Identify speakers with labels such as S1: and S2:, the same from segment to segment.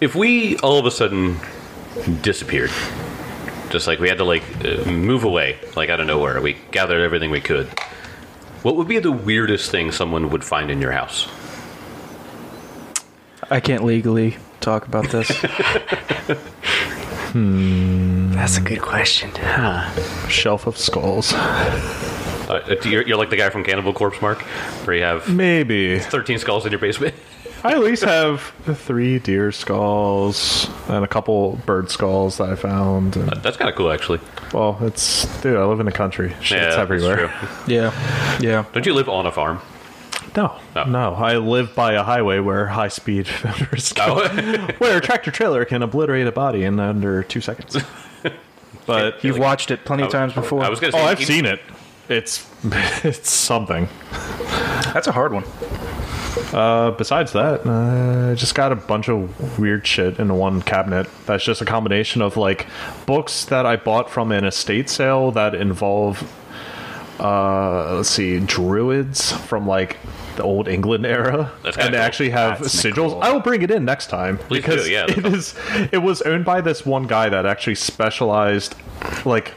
S1: if we all of a sudden disappeared, just like we had to like uh, move away, like out of nowhere, we gathered everything we could. What would be the weirdest thing someone would find in your house?
S2: I can't legally talk about this.
S3: That's a good question.
S4: Shelf of skulls.
S1: Uh, you're, you're like the guy from Cannibal Corpse, Mark, where you have
S4: Maybe.
S1: 13 skulls in your basement.
S4: I at least have three deer skulls and a couple bird skulls that I found. And,
S1: That's kind of cool, actually.
S4: well, it's dude. I live in a country. Shit's
S1: that's
S4: everywhere.
S1: true.
S2: yeah, yeah.
S1: Don't you live on a farm?
S4: No,
S1: No.
S4: no, I live by a highway where high speed fenders go,
S1: Oh.
S4: where a tractor trailer can obliterate a body in under two seconds. But
S2: You've watched it plenty of times before.
S1: I was gonna say,
S4: oh, I've
S1: you-
S4: seen it. It's it's something.
S2: That's a hard one.
S4: Uh, besides that, uh, I just got a bunch of weird shit in one cabinet. That's just a combination of like books that I bought from an estate sale that involve, uh, let's see, druids from like the old England era,
S1: That's kinda
S4: and they
S1: cool.
S4: actually have
S5: That's
S4: sigils.
S5: cool.
S4: I will bring it in next time
S1: Please do,
S4: because
S1: yeah,
S4: it
S1: that's
S4: is. It was owned by this one guy that actually specialized, like.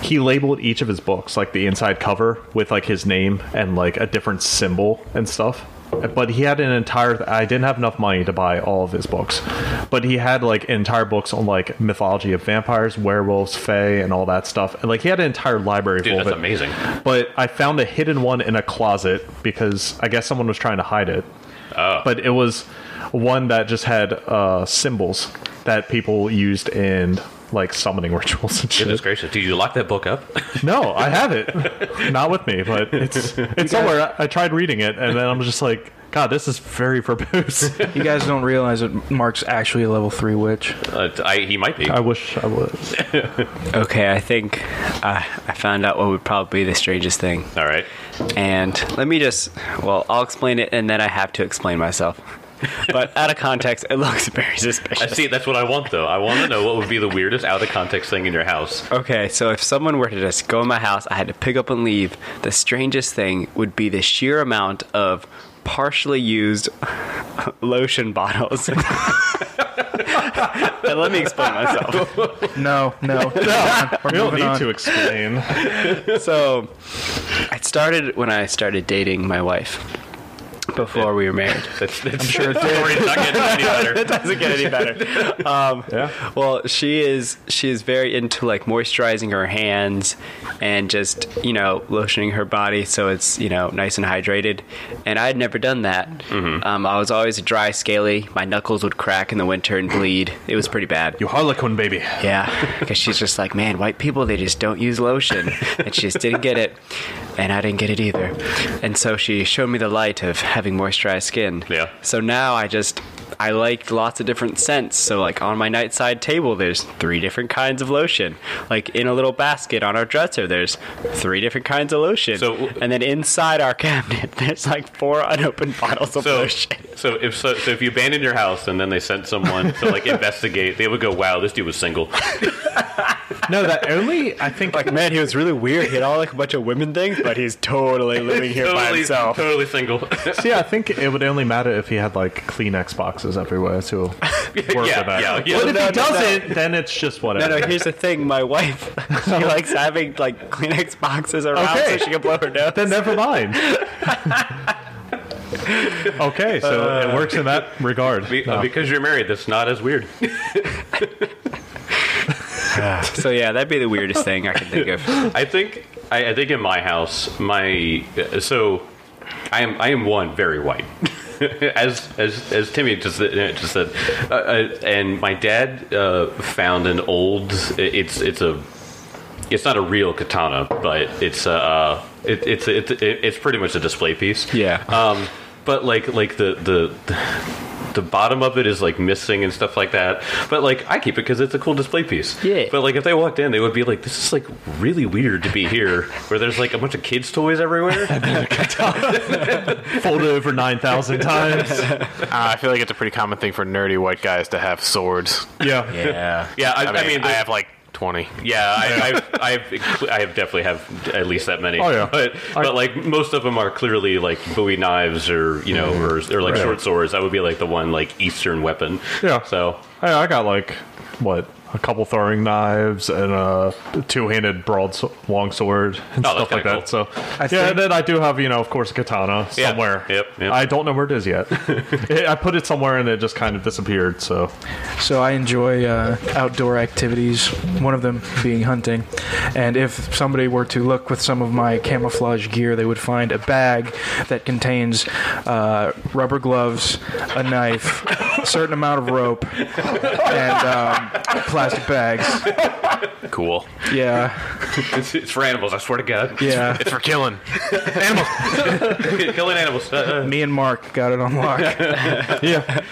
S4: He labeled each of his books, like the inside cover, with like his name and like a different symbol and stuff. But he had an entire. I didn't have enough money to buy all of his books, but he had like entire books on like mythology of vampires, werewolves, fae, and all that stuff. And like he had an entire library
S1: Dude,
S4: full
S1: that's
S4: of it.
S1: amazing.
S4: But I found a hidden one in a closet because I guess someone was trying to hide it.
S1: Oh.
S4: But it was one that just had uh, symbols that people used in like summoning rituals and shit.
S1: Goodness gracious! Did you lock that book up?
S4: No, I have it. Not with me, but it's it's somewhere. I I tried reading it, and then I'm just like, God, this is very verbose.
S2: You guys don't realize that Mark's actually a level three witch.
S1: Uh, I, he might be.
S4: I wish I was.
S3: Okay, I think uh, I found out what would probably be the strangest thing.
S1: All right.
S3: And let me just, well, I'll explain it and then I have to explain myself. But out of context, it looks very
S1: I
S3: suspicious.
S1: see. That's what I want, though. I want to know what would be the weirdest out of context thing in your house.
S3: Okay, so if someone were to just go in my house, I had to pick up and leave, the strangest thing would be the sheer amount of partially used lotion bottles. and let me explain myself.
S2: No, no, no. We're
S4: We don't
S2: moving
S4: need
S2: on.
S4: to explain.
S3: So it started when I started dating my wife before we were married.
S1: That's, that's I'm sure it did. It's not getting any better.
S3: It doesn't get any better. Um,
S4: Yeah.
S3: Well, she is she is very into like moisturizing her hands and just you know lotioning her body so it's you know nice and hydrated. And I had never done that. Um, I was always dry, scaly. My knuckles would crack in the winter and bleed. It was pretty bad.
S4: You harlequin baby.
S3: Yeah, because she's just like, man, white people, they just don't use lotion. And she just didn't get it. And I didn't get it either. And so she showed me the light of having moisturized skin.
S1: Yeah.
S3: So now I just, I like lots of different scents. So, like, on my nightside table, there's three different kinds of lotion. Like, in a little basket on our dresser, there's three different kinds of lotion.
S1: So-
S3: and then inside our cabinet, there's like four unopened bottles of
S1: So,
S3: lotion.
S1: so if so, so if you abandoned your house and then they sent someone to like investigate, they would go, "Wow, this dude was single."
S4: No, that only I think like
S3: Man, he was really weird. He had all like a bunch of women things, but he's totally living here by
S1: totally,
S3: himself.
S1: totally single.
S4: See, I think it would only matter if he had like Kleenex boxes everywhere to work
S1: yeah,
S4: with that.
S1: yeah, yeah.
S4: But
S3: No,
S4: if
S3: no,
S4: he doesn't, then it's just
S3: No,
S4: whatever.
S3: no. Here's the thing. My wife, she likes having like Kleenex boxes around
S4: Okay.
S3: so she can blow her nose.
S4: Then never mind. okay, so it works in that regard.
S1: Be- uh,
S4: No.
S1: Because you're married, that's not as weird.
S3: so yeah, that'd be the weirdest thing I could think of.
S1: I think I, I think in my house, my so I am I am one very white. as as as Timmy just just said, uh, uh, and my dad uh, found an old. It's it's a it's not a real katana, but it's a uh, it, it's it's it's pretty much a display piece.
S3: Yeah.
S1: Um, but like like the the. The bottom of it is like missing and stuff like that, but like I keep it because it's a cool display piece.
S3: Yeah.
S1: But like if they walked in, they would be like, "This is like really weird to be here, where there's like a bunch of kids' toys everywhere."
S4: Fold it over nine thousand times.
S5: Uh, I feel like it's a pretty common thing for nerdy white guys to have swords.
S4: Yeah.
S3: Yeah.
S1: yeah, I,
S5: I mean, I, have like twenty.
S1: Yeah, I, I've, I've, I have definitely have at least that many.
S4: Oh, yeah.
S1: but but like most of them are clearly like Bowie knives or you know or, or like
S4: Right.
S1: short swords. That would be like the one like Eastern weapon.
S4: Yeah.
S1: So
S4: Hey, I got like what a couple throwing knives and a two-handed broad long sword and
S1: Oh, that's
S4: stuff like
S1: kinda
S4: that. So yeah,
S2: think-
S4: then I do have you know of course a katana
S1: Yeah.
S4: somewhere.
S1: Yep, yep.
S4: I don't know where it is yet. It- I put it somewhere and it just kind of disappeared. So
S2: So I enjoy uh, outdoor activities, one of them being hunting. And if somebody were to look with some of my camouflage gear, they would find a bag that contains uh, rubber gloves, a knife, a certain amount of rope, and um, plastic bags.
S5: Cool.
S2: Yeah,
S1: it's, it's for animals. I swear to God,
S2: yeah.
S5: It's for killing.
S1: killing animals. Uh,
S2: Me and Mark got it on lock.
S4: yeah,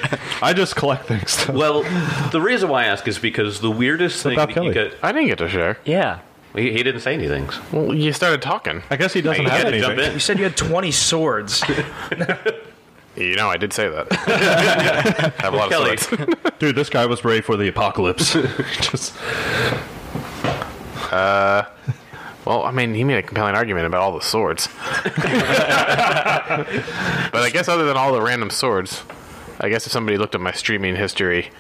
S4: I just collect things. So.
S1: well, the reason why I ask is because the weirdest thing
S4: about
S1: that you
S4: Kelly?
S1: could,
S5: I didn't get to share.
S3: Yeah.
S1: he, he didn't say anything. So
S5: Well, you started talking.
S4: I guess he doesn't
S1: you
S4: have
S1: gotta
S4: anything.
S1: jump in.
S2: You said you had 20 swords.
S5: You know, I did say that. I have a lot
S1: Kelly,
S5: of swords.
S4: Dude, this guy was ready for the apocalypse. just
S5: Well, I mean, he made a compelling argument about all the swords. but I guess other than all the random swords, I guess if somebody looked at my streaming history,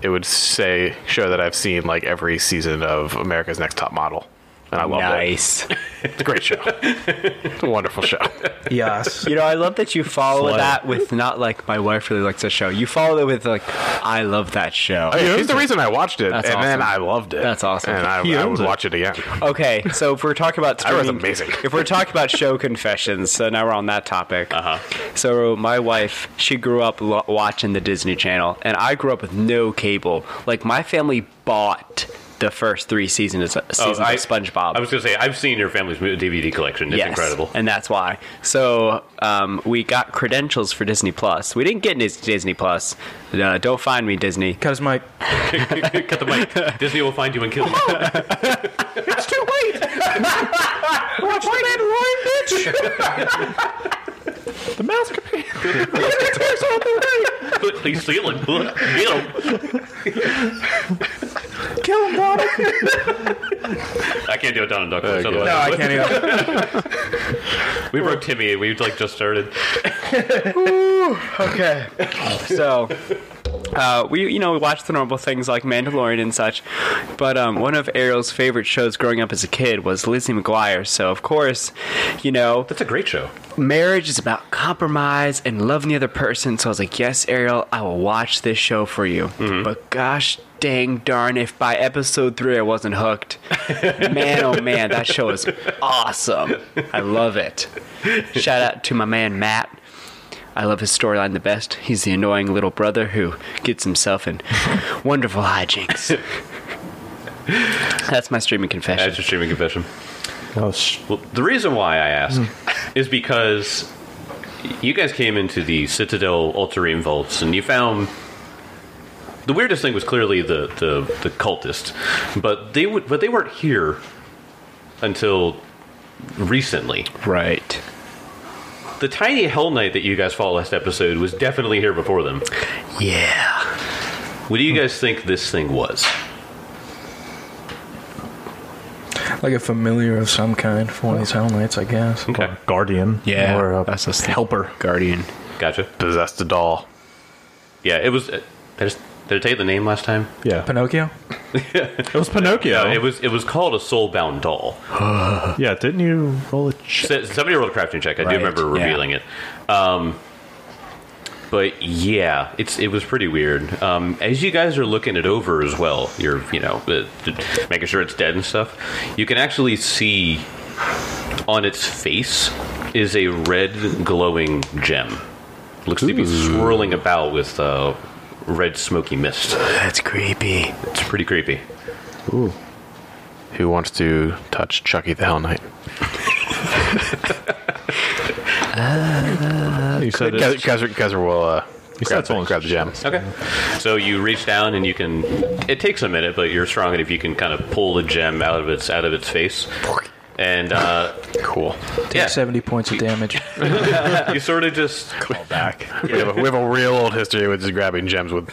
S5: it would say show that I've seen like every season of America's Next Top Model, and I love it.
S3: Nice.
S5: It's a great show. it's a wonderful show.
S2: yes.
S3: You know, I love that you follow
S4: Slay.
S3: that with not like my wife really likes that show. You follow it with like I love that show.
S5: He's the reason I watched it,
S3: That's
S5: and then I
S3: awesome.
S5: loved it.
S3: That's awesome.
S5: And I,
S4: He
S5: I
S4: owns
S5: would
S4: it.
S5: watch it again.
S3: Okay, so if we're talking about
S5: That was
S3: streaming-
S5: amazing.
S3: If we're talking about show confessions, so now we're on that topic.
S1: Uh-huh.
S3: Uh huh. So my wife, she grew up lo- watching the Disney Channel, and I grew up with no cable. Like my family bought the first three seasons, seasons
S1: Oh, I-
S3: of SpongeBob.
S1: I was gonna say I've seen your family's DVD collection. It's
S3: Yes,
S1: incredible.
S3: and that's why. So um, we got credentials for Disney Plus. We didn't get Dis- Disney Plus. Uh, don't find me Disney.
S2: Cut his mic.
S1: Cut the mic. Disney will find you and kill you.
S4: the masquerade.
S1: He's stealing. Look, Get him. Kill him, Donald. I can't do it, Donald Duck.
S5: Okay.
S1: otherwise-
S2: No, I can't either.
S1: We broke Timmy. We like just started.
S3: Okay. so, uh, we you know we watched the normal things like Mandalorian and such, but um, one of Ariel's favorite shows growing up as a kid was Lizzie McGuire. So of course, you know,
S1: That's a great show.
S3: marriage is about compromise and loving the other person. So I was like, yes, Ariel, I will watch this show for you. But gosh. Dang darn! If by episode three I wasn't hooked, man, oh man, that show is awesome. I love it. Shout out to my man Matt. I love his storyline the best. He's the annoying little brother who gets himself in wonderful hijinks. That's my streaming confession.
S1: That's your streaming confession.
S4: Oh, sh-
S1: Well, Hmm. the reason why I ask is because you guys came into the Citadel Ulterium vaults and you found the weirdest thing was clearly the the, the cultist, but they would but they weren't here until recently.
S3: Right.
S1: The tiny Hell Knight that you guys fought last episode was definitely here before them.
S3: Yeah.
S1: What do you guys think this thing was?
S2: Like a familiar of some kind for one of these hell nights, I guess.
S1: Okay,
S4: guardian.
S3: Yeah.
S4: Or uh, a
S3: that's a
S4: helper.
S3: Guardian.
S1: gotcha.
S5: Possessed a doll.
S1: Yeah, it was. Uh, did I s- did I tell you the name last time?
S4: Yeah.
S2: Pinocchio?
S4: it was Pinocchio.
S1: No, it was it was called a soulbound doll.
S4: yeah, didn't you roll a check?
S1: S- Somebody rolled a crafting check. I
S3: Right,
S1: do remember
S3: yeah.
S1: revealing it. Um, but yeah, it's it was pretty weird. Um, as you guys are looking it over as well, you're you know uh, d- making sure it's dead and stuff. You can actually see on its face is a red glowing gem. Looks to be swirling about with uh, red smoky mist.
S3: That's creepy.
S1: It's pretty creepy.
S5: Who wants to touch Chucky the Hell Knight?
S4: You said
S5: Guys,
S4: it's,
S5: guys, are- guys are- will uh,
S4: You said
S5: grab,
S4: someone's-
S5: grab the gem.
S1: Okay. So you reach down and you can. It takes a minute, but you're strong, and if you can kind of pull the gem out of its out of its face, and uh,
S5: Cool.
S1: yeah,
S2: Seventy points of damage.
S1: you sort of just
S4: back.
S5: We, have a, we have a real old history with just grabbing gems with,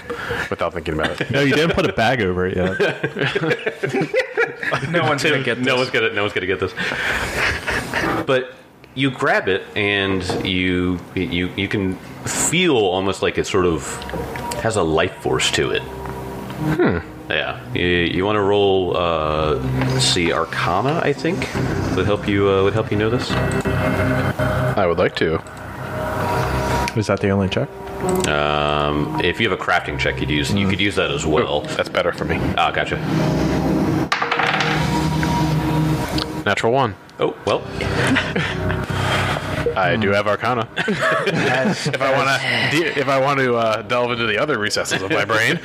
S5: without thinking about it.
S4: No, you didn't put a bag over it yet.
S2: no one's gonna
S1: Tim,
S2: get this.
S1: No one's gonna. No one's gonna get this. But you grab it, and you you you can feel almost like it sort of has a life force to it. Hmm. Yeah. You, you want to roll? Uh, let's see, Arcana, I think would help you. Uh, would help you know this.
S5: I would like to.
S4: Was that the only check?
S1: Um, if you have a crafting check, you'd use. You could use that as well.
S5: That's better for me.
S1: Ah, gotcha.
S5: Natural one.
S1: Oh well.
S5: I
S3: Hmm.
S5: do have Arcana. if I want to, if I want to uh, delve into the other recesses of my brain.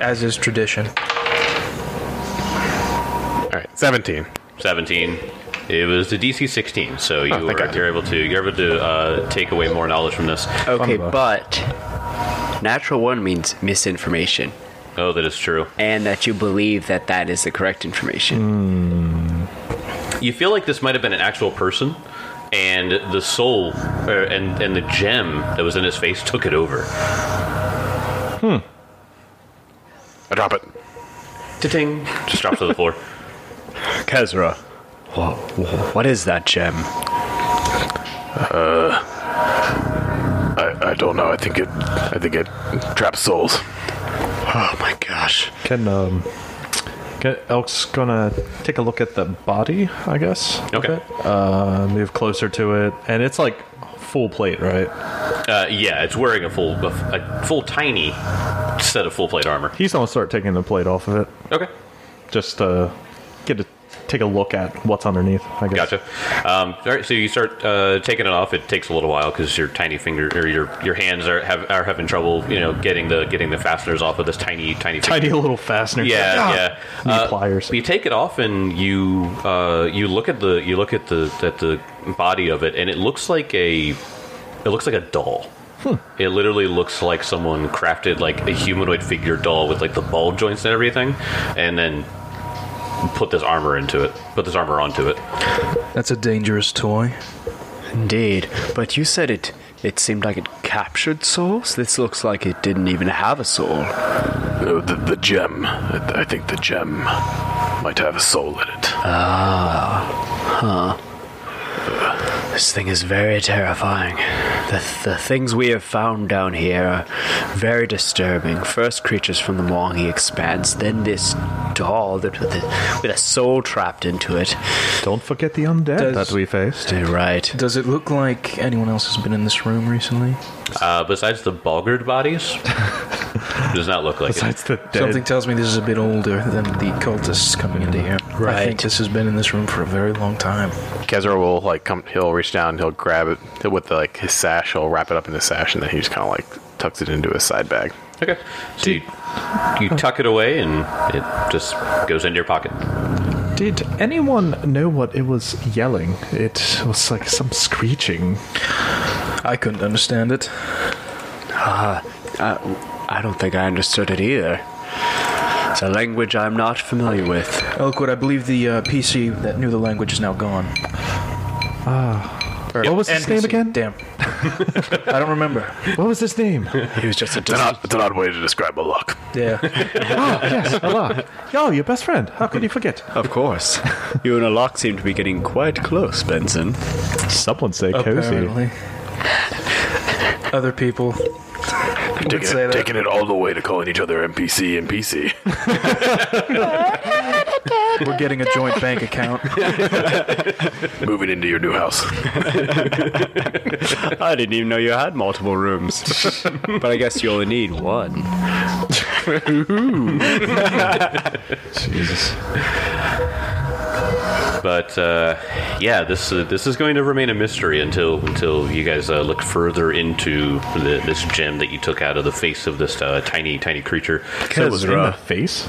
S2: as is tradition.
S5: All right, seventeen.
S1: 17. It was the DC 16, so you
S5: Oh, thank
S1: were,
S5: God.
S1: you're able to you're able to uh, take away more knowledge from this.
S3: Okay,
S4: Fun book.
S3: but natural one means misinformation,
S1: Oh, that is true.
S3: and that you believe that that is the correct information.
S1: You feel like this might have been an actual person, and the soul er, and and the gem that was in his face took it over.
S5: I drop it.
S1: Ting, just drops to the floor.
S4: Kezra.
S3: Whoa, whoa, what is that gem?
S5: I, I don't know. I think it. I think it traps souls. Oh my gosh.
S4: Can um, can, Elk's gonna take a look at the body, I guess. of
S1: Okay.
S4: it. Uh, move closer to it, and it's like full plate, right?
S1: Uh, yeah, it's wearing a full a, a full tiny set of full plate armor.
S4: He's gonna start taking the plate off of it,
S1: Okay,
S4: just uh, get to take a look at what's underneath. I guess.
S1: gotcha. Um, all right, so you start uh, taking it off. It takes a little while because your tiny finger or your your hands are have, are having trouble, you know, getting the getting the fasteners off of this tiny tiny finger.
S4: Tiny little fastener.
S1: Yeah, yeah.
S4: Need
S1: Uh,
S4: pliers.
S1: You take it off and you uh, you look at the you look at the at the body of it, and it looks like a it looks like a doll. It literally looks like someone crafted like a humanoid figure doll with like the ball joints and everything, and then put this armor into it. Put this armor onto it.
S2: That's a dangerous toy.
S3: Indeed, but you said it. It seemed like it captured souls. This looks like it didn't even have a soul.
S5: No, the, the gem. I, I think the gem might have a soul in it.
S3: This thing is very terrifying. The, the things we have found down here are very disturbing. First, creatures from the Mwangi Expanse, then this doll that with a, with a soul trapped into it.
S4: Don't forget the undead
S2: Does-
S4: that we faced.
S3: You're Right.
S2: Does it look like anyone else has been in this room recently?
S1: Uh, besides the boggered bodies, does not look like it.
S4: Besides the dead.
S2: Something tells me this is a bit older than the cultists coming into here. I
S3: Right.
S2: think this has been in this room for a very long time.
S5: Kezra will like come. He'll reach down. He'll grab it he'll- with the, like his sash. He'll wrap it up in his sash, and then he just kind of like tucks it into his side bag.
S1: Okay, so you, you
S4: Oh.
S1: tuck it away and it just goes into your pocket.
S4: Did anyone know what it was yelling? It was like some screeching.
S2: I couldn't understand it.
S3: Uh, I don't think I understood it either. It's a language I'm not familiar with.
S2: Elkwood, I believe the uh, PC that knew the language is now gone. Ah.
S4: What was his name again?
S2: Damn. I don't remember.
S4: What was his name?
S3: He was just a
S5: It's an odd, it's an odd way to describe a luck.
S2: Yeah.
S4: Ah, yes, Allah. Yo, your best friend. How could you forget?
S3: Of course. You and Alok seem to be getting quite close, Benson.
S4: Someone say
S2: Apparently. Other people.
S5: Taking,
S2: say
S5: it,
S2: that.
S5: taking it all the way to calling each other NPC and PC.
S2: We're getting a joint bank account.
S5: Moving into your new house.
S3: I didn't even know you had multiple rooms. but I guess you only need one.
S4: Jesus.
S1: But uh, yeah, this uh, this is going to remain a mystery until until you guys uh, look further into the, this gem that you took out of the face of this uh, tiny tiny creature.
S4: So it was in the face?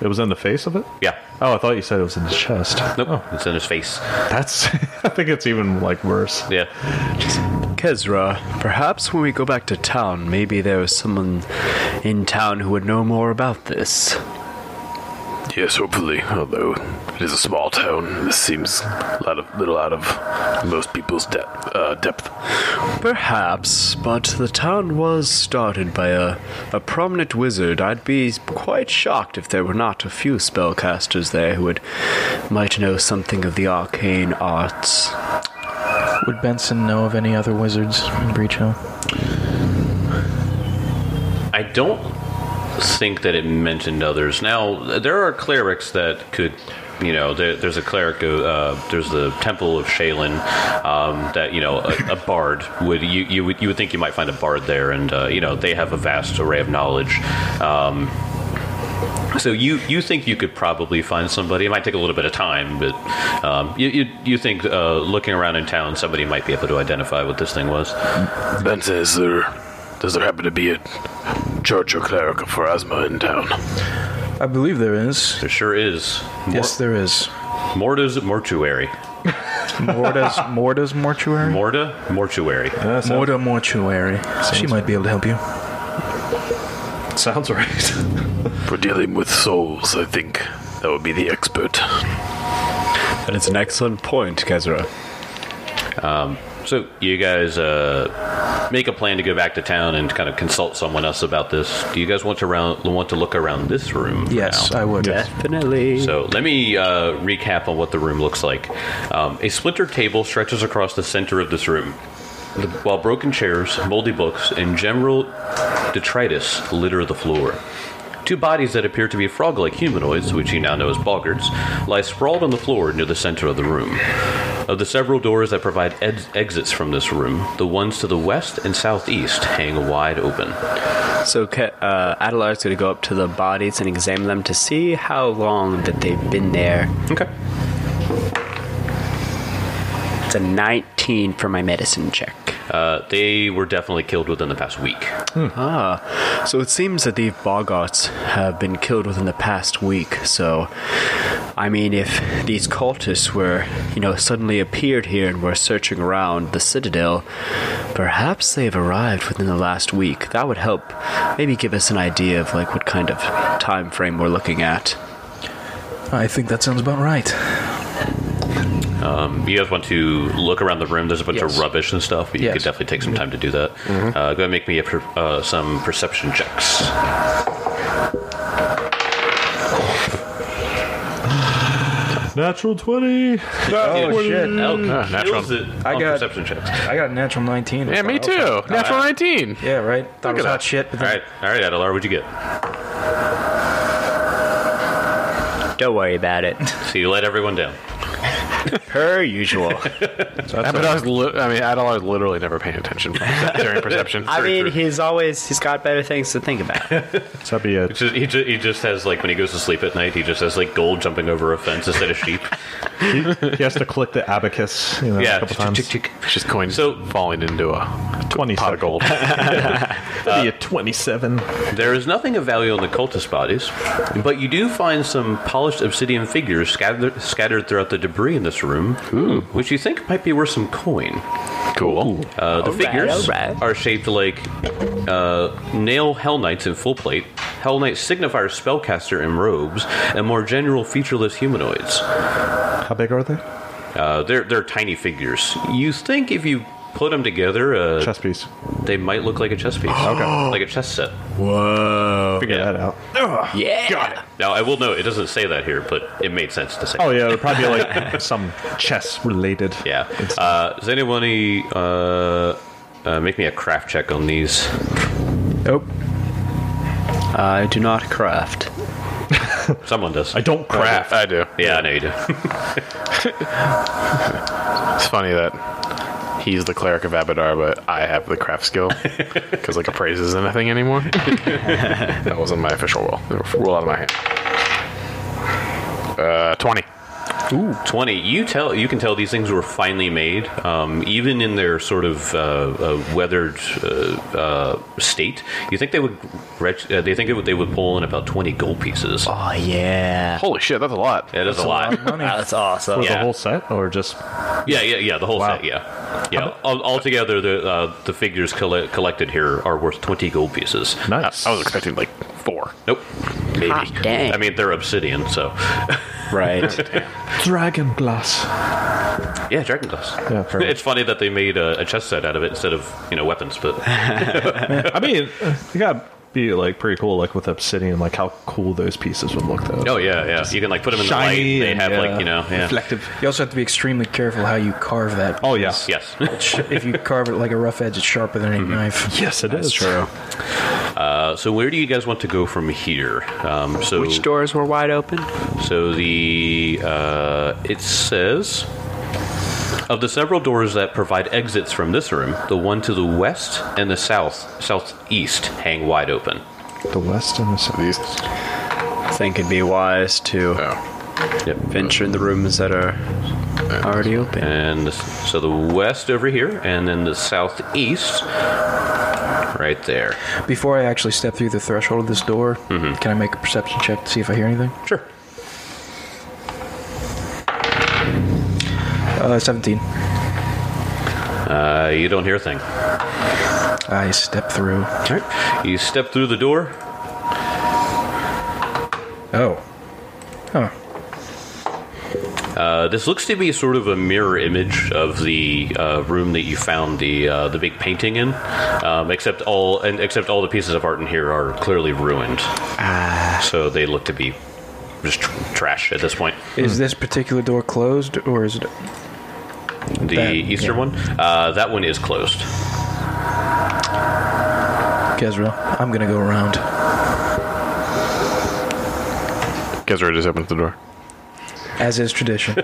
S4: It was in the face of it?
S1: Hmm? Yeah,
S4: Oh, I thought you said it was in the chest.
S1: nope, it's in his face.
S4: That's. I think it's even like worse.
S1: Yeah,
S3: Kezra, perhaps when we go back to town, maybe there is someone in town who would know more about this.
S5: Yes, hopefully. Although It is a small town. This seems a lot of, little out of most people's de- uh, depth.
S3: Perhaps, but the town was started by a, a prominent wizard. I'd be quite shocked if there were not a few spellcasters there who would might know something of the arcane arts.
S2: Would Benson know of any other wizards in Breach Hill?
S1: I don't think that it mentioned others. Now there are clerics that could, you know, there, there's a cleric. Uh, there's the Temple of Shaylin um, that you know a, a bard would you you would you would think you might find a bard there, and uh, you know they have a vast array of knowledge. Um, so you you think you could probably find somebody? It might take a little bit of time, but um, you, you you think uh, looking around in town, somebody might be able to identify what this thing was.
S5: Ben says there, does there happen to be a church or cleric of Pharasma in town?
S2: I believe there is.
S1: There sure is. Mor-
S2: Yes, there is.
S1: Morta's mortuary.
S2: Morta's Morta's mortuary.
S1: Morta mortuary.
S4: That sounds,
S2: Morta mortuary. She might be able to help you.
S4: sounds right.
S5: For dealing with souls, I think that would be the expert.
S3: That is an excellent point, Kezra.
S1: So you guys uh, make a plan to go back to town and kind of consult someone else about this. Do you guys want to round, want to look around this room? for
S2: Yes,
S1: now?
S2: I would.
S3: Definitely.
S1: So let me uh, recap on what the room looks like. Um, a splinter table stretches across the center of this room, the, while broken chairs, moldy books, and general detritus litter the floor. Two bodies that appear to be frog like humanoids, which you now know as boggarts, lie sprawled on the floor near the center of the room. Of the several doors that provide ed- exits from this room, the ones to the west and southeast hang wide open.
S3: So Ke- uh, Adelar's going to go up to the bodies and examine them to see how long that they've been there.
S1: Okay.
S3: It's a 19 for my medicine check.
S1: Uh, they were definitely killed within the past week.
S3: Ah, so it seems that the Bogarts have been killed within the past week. So, I mean, if these cultists were, you know, suddenly appeared here and were searching around the Citadel, perhaps they've arrived within the last week. That would help, maybe give us an idea of like what kind of time frame we're looking at.
S2: I think that sounds about right.
S1: You guys want to look around the room? There's a bunch of
S2: Yes.
S1: rubbish and stuff, but you
S2: Yes. Mm-hmm.
S1: could definitely take some time to do that. Uh, go ahead and make me a per, uh, some perception checks.
S4: Natural 20.
S1: Oh,
S2: shit.
S1: Oh,
S5: natural.
S1: kills it
S2: I
S1: on
S2: got-
S1: perception checks.
S2: I got a natural 19.
S5: Yeah, me too. Natural 19.
S2: Yeah, right? Thought it was
S5: at
S2: hot
S5: that.
S2: shit. But
S1: All
S2: then
S1: right, all right, Adelar, what'd you get?
S3: Don't worry about it.
S1: So you let everyone down.
S3: Per usual.
S5: Adelar's li- I mean, Adelar's literally never paying attention during perception.
S3: I mean,
S5: Through-
S3: he's always he's got better things to think about.
S4: So that'd be a
S1: Just, he, just, he just has like when he goes to sleep at night, he just has like gold jumping over a fence instead of sheep.
S4: He has to click the abacus, you know,
S1: yeah,
S4: a couple times.
S1: tick, tick, tick.
S5: She's coin
S1: So-
S5: falling into a
S4: 20
S5: pot
S4: seconds.
S5: of gold.
S4: That'd be a 27.
S1: There is nothing of value on the cultist bodies, but you do find some polished obsidian figures scattered, scattered throughout the debris in this room, which you think might be worth some coin.
S5: cool.
S1: Uh, the
S3: All right,
S1: figures
S3: all right.
S1: are shaped like uh, nail Hell Knights in full plate, Hell Knight signifiers spellcaster in robes, and more general featureless humanoids.
S4: How big are they?
S1: Uh, they're, they're tiny figures. You think if you put them together, uh,
S4: Chess piece.
S1: they might look like a chess piece.
S4: Okay.
S1: like a chess set.
S3: Whoa!
S4: Figure
S1: Yeah.
S4: that out.
S1: Oh,
S3: Yeah.
S1: Now, I will note it doesn't say that here, but it made sense to say.
S4: Oh, yeah, it'd probably be like some chess related.
S1: Yeah. Uh, does anyone uh, uh, make me a craft check on these?
S2: Oh,
S3: I do not craft.
S1: Someone does.
S4: I don't craft.
S5: I do.
S1: yeah, I know you do.
S5: It's funny that he's the cleric of Abadar, but I have the craft skill because like appraises anything anymore. that wasn't my official role. Roll out of my hand. Uh, twenty.
S1: 20 you tell you can tell these things were finely made um, even in their sort of uh, uh, weathered uh, uh, state you think they would ret- uh, they think they would, they would pull in about 20 gold pieces
S3: Oh yeah.
S5: Holy shit, that's a lot.
S1: That is a lot.
S3: that's awesome.
S4: Was
S1: Yeah.
S4: the whole set or just
S1: Yeah, yeah, yeah. The whole
S4: Wow.
S1: set. Yeah, yeah. All, altogether, the uh, the figures colle- collected here are worth twenty gold pieces.
S5: I,
S4: nice?
S5: I was expecting like four.
S1: Nope, maybe.
S3: Hot dang.
S1: I mean, they're obsidian, so
S3: right.
S4: Dragon glass.
S1: Yeah, Dragon Glass.
S4: Yeah, fair enough.
S1: It's funny that they made a, a chess set out of it instead of you know weapons, but
S4: I mean, you gotta be like pretty cool, like with obsidian, like how cool those pieces would look, though.
S1: oh yeah, uh, yeah, you can like put them in the light.
S4: Shiny.
S1: They
S4: and,
S1: have
S4: yeah,
S1: like you know, yeah.
S4: reflective.
S2: You also have to be extremely careful how you carve that.
S4: Oh yeah.
S1: yes.
S2: if you carve it like a rough edge, it's sharper than
S5: Mm-hmm.
S2: any knife.
S4: Yes, it is.
S3: That's true.
S1: Uh, so where do you guys want to go from here? Um, so
S3: Which doors were wide open?
S1: So the uh, it says of the several doors that provide exits from this room, the one to the west and the south southeast hang wide open.
S4: The west and the south.
S5: These.
S3: I think it'd be wise to
S1: Uh,
S5: Oh.
S1: Yep.
S3: venture in the rooms that are
S1: uh,
S3: already open.
S1: And the, so the west over here, and then the southeast right there.
S2: Before I actually step through the threshold of this door,
S5: Mm-hmm.
S2: can I make a perception check to see if I hear anything?
S1: Sure.
S2: Uh, 17.
S1: Uh, you don't hear a thing.
S2: I step through.
S1: All right. You step through the door.
S2: Oh. Huh.
S1: Uh, this looks to be sort of a mirror image of the uh, room that you found the uh, the big painting in, um, except all and except all the pieces of art in here are clearly ruined,
S2: Ah.
S1: so they look to be just tr- trash at this point.
S5: Hmm.
S2: Is this particular door closed, or is it?
S1: The
S2: That-
S1: eastern
S2: yeah.
S1: one, uh, that one is closed.
S2: Kezra, I'm gonna go around.
S5: Kezra just opens the door.
S2: As is tradition.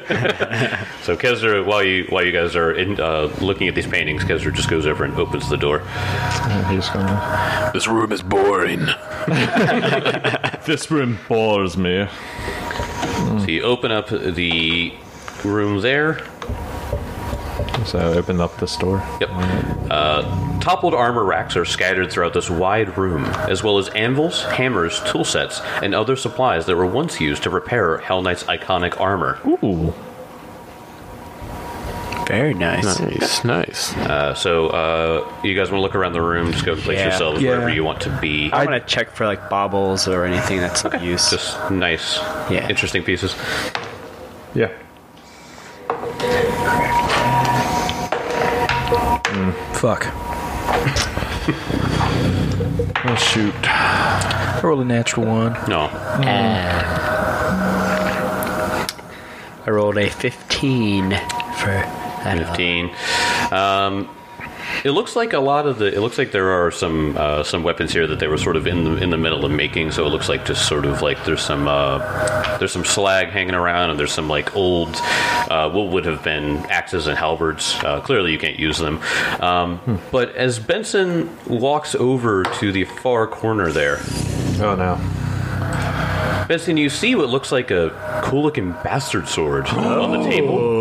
S1: So Kezra, while you while you guys are in, uh, looking at these paintings, Kezra just goes over and opens the door.
S4: He's gonna.
S5: This room is boring.
S4: This room bores me.
S2: Hmm.
S1: So you open up the room there.
S4: So open up this door.
S1: Yep. Uh, toppled armor racks are scattered throughout this wide room, as well as anvils, hammers, tool sets, and other supplies that were once used to repair Hell Knight's iconic armor.
S4: Ooh.
S3: Very nice.
S5: Nice, nice.
S1: Uh, so, uh, you guys want to look around the room, just go and place
S3: Yeah.
S1: yourselves
S2: Yeah.
S1: wherever you want to be.
S3: I want to check for like baubles or anything that's of use.
S1: Just nice,
S3: Yeah.
S1: interesting pieces.
S4: Yeah.
S2: Fuck.
S4: Oh shoot.
S2: I rolled a natural one.
S1: No.
S3: I rolled a 15 for that.
S1: 15. Um, it looks like a lot of the. It looks like there are some uh, some weapons here that they were sort of in the in the middle of making. So it looks like just sort of like there's some uh, there's some slag hanging around, and there's some like old uh, what would have been axes and halberds. Uh, clearly, you can't use them. Um, But as Benson walks over to the far corner there,
S4: Oh no.
S1: Benson, you see what looks like a cool looking bastard sword on
S2: Oh.
S1: the table.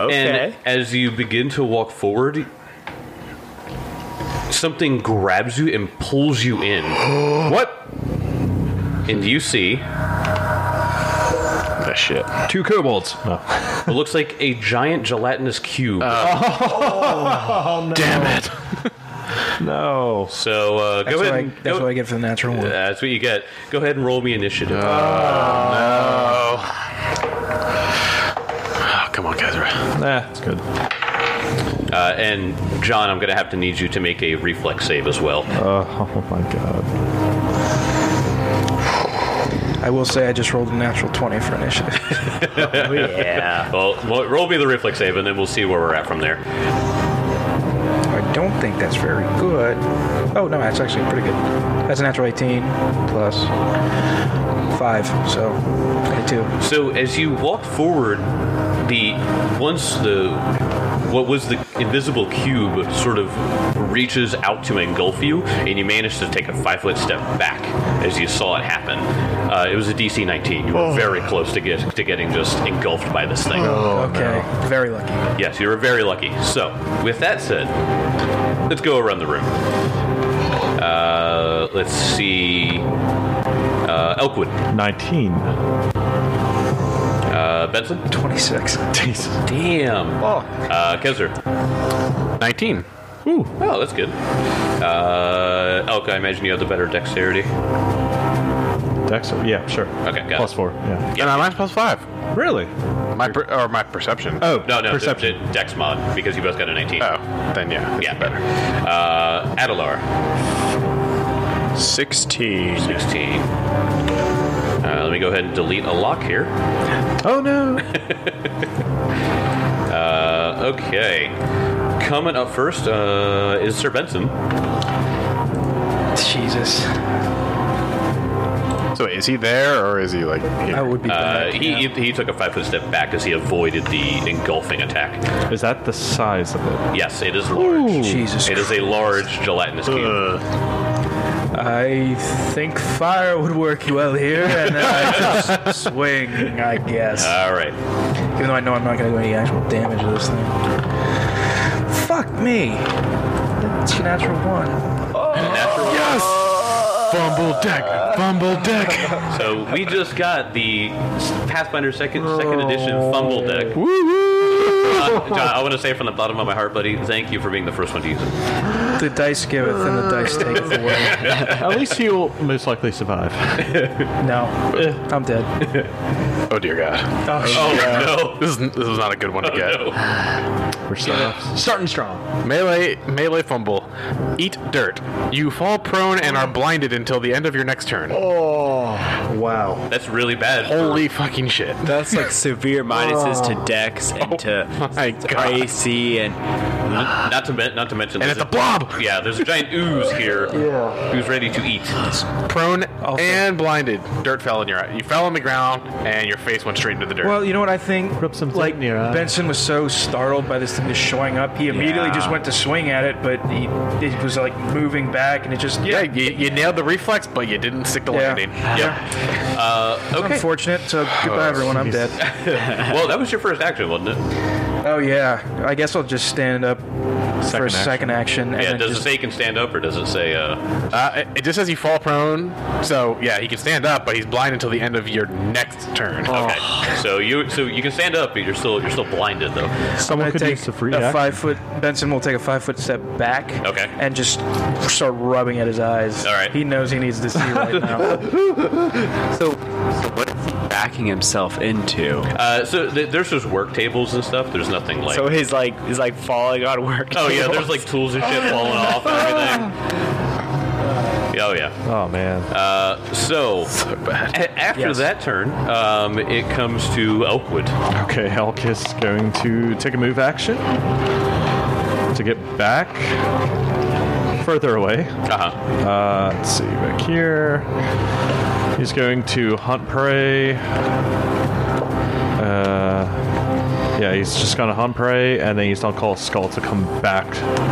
S1: And as you begin to walk forward, something grabs you and pulls you in. what? And you see what
S5: That shit.
S4: Two kobolds. No.
S1: looks like a giant gelatinous cube.
S2: Uh,
S5: Damn it.
S4: No.
S1: so uh,
S2: That's,
S1: go
S2: what
S1: ahead.
S2: I,
S1: and-
S2: that's
S1: go-
S2: what I get Uh. for the natural one.
S1: That's what you get. Go ahead and roll me initiative.
S5: Oh, come on, Kezra.
S4: Nah, it's good.
S1: Uh, and John, I'm going to have to need you to make a reflex save as well.
S2: Uh.
S4: oh my god.
S2: I will say I just rolled a natural 20 for initiative.
S3: yeah.
S1: well, well, roll me the reflex save, and then we'll see where we're at from there.
S2: I don't think that's very good. Oh, no, that's actually pretty good. That's a natural 18 plus 5, so 22.
S1: So as you walk forward, the once the what was the invisible cube sort of reaches out to engulf you, and you manage to take a five foot step back as you saw it happen. Uh, it was a DC 19. You were very close to get to getting just engulfed by this thing.
S2: okay, very lucky.
S1: Yes, you were very lucky. So with that said, let's go around the room. Uh, let's see. Uh, Elkwood,
S4: 19.
S1: uh, Benson.
S2: 26.
S4: Jesus.
S1: Damn.
S4: Oh.
S1: Uh, Kezer.
S5: 19.
S4: Ooh.
S1: Oh, that's good. Uh, Elka, I imagine you have the better dexterity.
S4: Dex? Yeah, sure.
S1: Okay, got
S4: Plus
S1: it.
S4: four. Yeah.
S5: And I mine's plus five.
S4: Really?
S5: My per, or my perception.
S4: Oh
S1: No, no,
S4: Perception.
S1: the- the Dex mod because you both got a 19.
S5: Oh, then yeah, it's
S1: Yeah, better. Uh, Adelar,
S3: 16.
S1: 16. Uh, let me go ahead and delete a lock here.
S4: oh no.
S1: Uh, okay. Coming up first uh, is Sir Benson.
S2: Jesus,
S5: So is he there or is he like?
S2: that
S5: Here?
S2: would be
S1: Uh,
S2: bad.
S1: he,
S2: yeah.
S1: he, he took a five foot step back as he avoided the engulfing attack.
S4: Is that the size of it?
S1: Yes, it is large.
S2: Jesus,
S1: It is a large gelatinous cube.
S5: Ugh.
S2: I think fire would work well here, and then I just swing, I guess.
S1: All right.
S2: Even though I know I'm not going to do any actual damage to this thing. Fuck me. It's your natural one.
S1: Natural.
S5: Fumble deck, fumble deck.
S1: So we just got the Pathfinder second second edition fumble deck. Uh, John, I want to say from the bottom of my heart, buddy, thank you for being the first one to use it.
S2: The dice giveth and the dice taketh away.
S4: At least he'll most likely survive.
S2: No, I'm dead.
S5: Oh dear God, Oh,
S2: Oh, shit.
S1: Oh no.
S5: uh, this is this is not a good one to get.
S1: No.
S4: We're starting, starting strong.
S5: Melee melee fumble. Eat dirt. You fall prone and are blinded until the end of your next turn.
S4: Wow.
S1: That's really bad.
S5: Holy fucking shit.
S3: That's like severe minuses to Dex and to
S5: My God.
S3: AC and
S1: Not to men- not to mention
S5: And
S1: there's
S5: it's a blob.
S1: Yeah, there's a giant ooze here. Yeah. Who's ready to eat?
S5: Prone
S2: I'll
S5: and blinded. Dirt fell in your eye. You fell on the ground and your face went straight into the dirt.
S2: Well, you know what I think?
S4: Rub some
S2: like
S4: dirt in your eye.
S2: Benson was so startled by this thing just showing up, he immediately
S3: Yeah.
S2: just went to swing at it, but he it was like moving back, and it just
S5: yeah, you, you nailed the reflex, but you didn't stick the
S2: Yeah.
S5: landing.
S1: Yep. Uh, okay.
S2: Unfortunate, so
S4: Uh,
S2: goodbye everyone. I'm dead.
S1: Well, that was your first action, wasn't it?
S2: Oh yeah, I guess I'll just stand up for a
S4: action.
S2: second action. And
S1: Yeah.
S2: then
S1: Does it
S2: just,
S1: say you can stand up, or does it say? Uh,
S5: Uh, it, it just says you fall prone, so yeah, he can stand up, but he's blind until the end of your next turn.
S1: okay. So you so you can stand up, but you're still you're still blinded though.
S4: Someone
S2: I'm
S4: could
S2: gonna
S4: use
S2: take
S4: the free
S2: a
S4: action.
S2: five foot. Benson will take a five foot step back.
S1: Okay.
S2: And just start rubbing at his eyes.
S1: All right.
S2: He knows he needs to see right now.
S3: so, so what is he backing himself into?
S1: Uh, so th- there's just work tables and stuff. There's nothing like.
S3: So he's like he's like falling on work.
S1: oh yeah, there's like tools and shit falling off and everything. Oh yeah.
S4: Oh man.
S1: Uh, so, a- after
S2: Yes.
S1: that turn, um, it comes to Elkwood.
S4: Okay, Hellkiss is going to take a move action to get back further away.
S1: Uh huh.
S4: Uh, let's see, back here. He's going to hunt prey. Uh, yeah, he's just going to hunt prey, and then he's going to call Skull to come back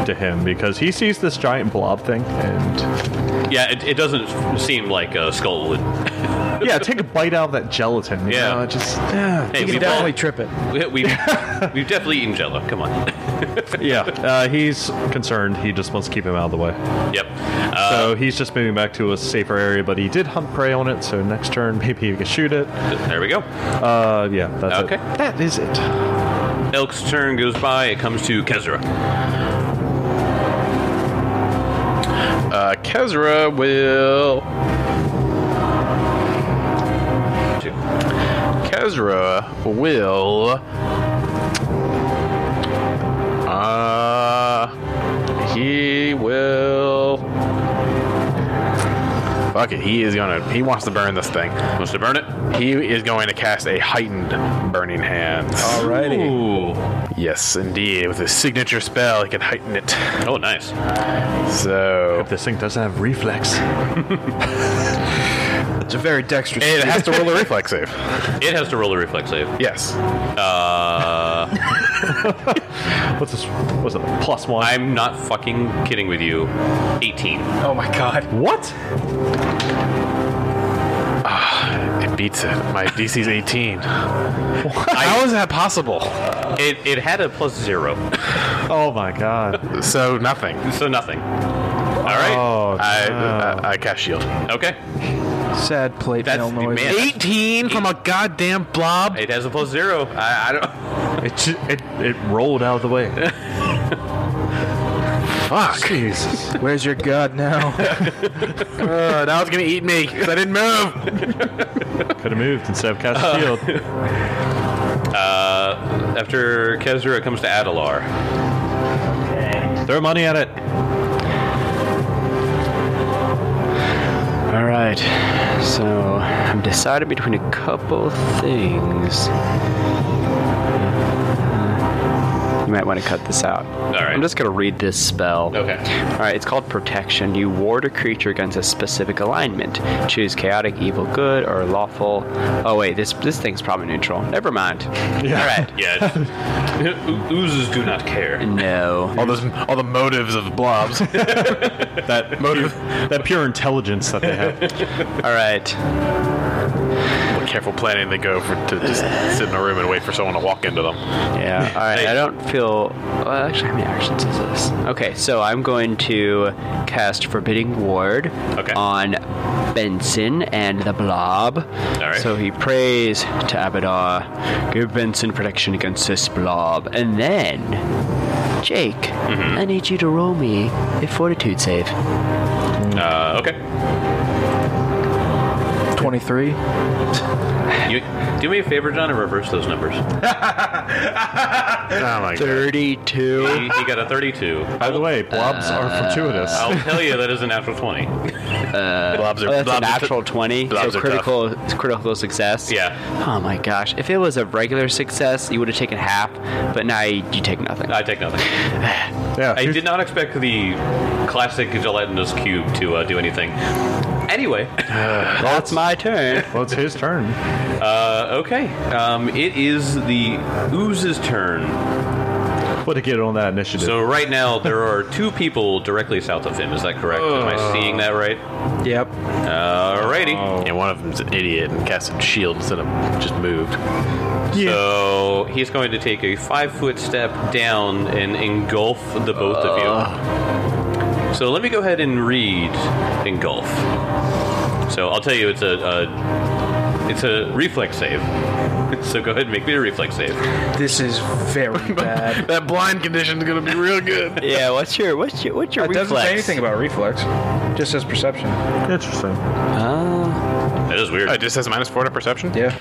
S4: to him because he sees this giant blob thing. And
S1: Yeah, it, it doesn't seem like uh, Skull would
S4: yeah, take a bite out of that gelatin. you
S1: Yeah.
S4: know, it just yeah.
S1: Hey,
S2: You
S1: we've
S2: can definitely
S1: all-
S2: trip it.
S1: we, we've, we've definitely eaten Jello. Come on.
S4: yeah. Uh, he's concerned. He just wants to keep him out of the way.
S1: yep. Uh,
S4: So he's just moving back to a safer area, but he did hunt prey on it, so next turn maybe he can shoot it.
S1: there we go.
S4: Uh, yeah, that's
S1: Okay.
S4: it. That is it.
S1: Elk's turn goes by. It comes to Kezra.
S5: Uh, Kezra will. Kezra will. Uh, he will. Fuck it. He is gonna. He wants to burn this thing.
S1: Wants to burn it.
S5: He is going to cast a heightened burning hand.
S2: Alrighty.
S1: Ooh.
S5: Yes, indeed. With his signature spell, he can heighten it.
S1: Oh, nice.
S5: So
S4: This thing doesn't have reflex.
S2: It's a very dexterous.
S5: it has to roll a reflex save.
S1: It has to roll a reflex save.
S5: Yes.
S1: Uh,
S4: What's this? What's it? Plus one.
S1: I'm not fucking kidding with you. 18.
S2: oh my god.
S4: what?
S5: It beats it. My DC's 18. How is that possible?
S1: It, it had a plus zero,
S4: Oh my god.
S5: So nothing.
S1: so nothing. All right.
S4: Oh,
S5: I,
S4: no.
S5: I I cast shield.
S1: Okay.
S2: Sad plate
S1: That's
S2: mail
S1: the
S2: noise.
S1: man.
S5: 18 from a goddamn blob.
S1: It has a plus zero. I, I don't.
S4: it, ju- it it rolled out of the way.
S5: Fuck.
S4: Jesus.
S2: Where's your god now?
S5: Uh, now it's gonna eat me 'cause I didn't move.
S4: Could have moved instead of cast shield.
S1: After Kezra, it comes to Adalar. Throw money at it.
S3: All right. So I'm decided between a couple things. Uh, You might want to cut this out. All
S1: right.
S3: I'm just going to read this spell.
S1: Okay.
S3: All right, it's called protection. You ward a creature against a specific alignment. Choose chaotic, evil, good, or lawful. Oh wait, this this thing's probably neutral. Never mind. All right.
S1: Yeah. oo- Oozes do not care.
S3: No.
S5: All those, all the motives of blobs.
S4: That pure, that pure intelligence that they have.
S3: All right.
S5: What careful planning they go for to just sit in a room and wait for someone to walk into them.
S3: Yeah. All right.
S1: Hey.
S3: I don't feel. Well, actually, how many actions is this? Okay, so I'm going to cast Forbidding Ward
S1: Okay.
S3: on Benson and the Blob. All
S1: right.
S3: So he prays to Abadar, give Benson protection against this Blob, and then. Jake,
S1: Mm-hmm.
S3: I need you to roll me a fortitude save. Mm.
S1: Uh, okay.
S2: 23.
S1: You, do me a favor, John, and reverse those numbers.
S5: Oh my god.
S3: 32.
S1: He, he got a 32.
S4: By the way, blobs are
S5: Uh,
S4: fortuitous.
S1: I'll tell you that is a natural 20.
S5: Blobs are
S3: Oh, that's a
S5: blobs are-
S3: natural 20,
S5: blobs
S3: so
S5: are tough.
S3: critical critical success.
S1: Yeah.
S3: Oh my gosh. If it was a regular success, you would have taken half, but now you, you take nothing.
S1: I take nothing.
S4: yeah,
S1: I did not expect the classic gelatinous cube to uh, do anything. Anyway,
S3: well, it's my turn.
S4: well, it's his turn.
S1: uh, okay. Um, it is the ooze's turn.
S4: What to get on that initiative?
S1: So right now there are two people directly south of him. Is that correct? Am I seeing that right?
S2: Yep.
S1: Alrighty.
S5: Yeah, one of them's an idiot and cast some shield instead of just moved.
S1: So he's going to take a five foot step down and engulf the both of you. So let me go ahead and read engulf. So I'll tell you, it's a, a it's a reflex save. So go ahead and make me a reflex save.
S2: This is very bad.
S5: That blind condition's gonna be real good.
S3: yeah, what's your what's your what's your
S2: It
S3: reflex?
S2: doesn't say anything about reflex. Just says perception.
S4: Interesting.
S3: Oh.
S1: That is weird.
S5: it just has minus four to perception. Oh.
S2: Yeah.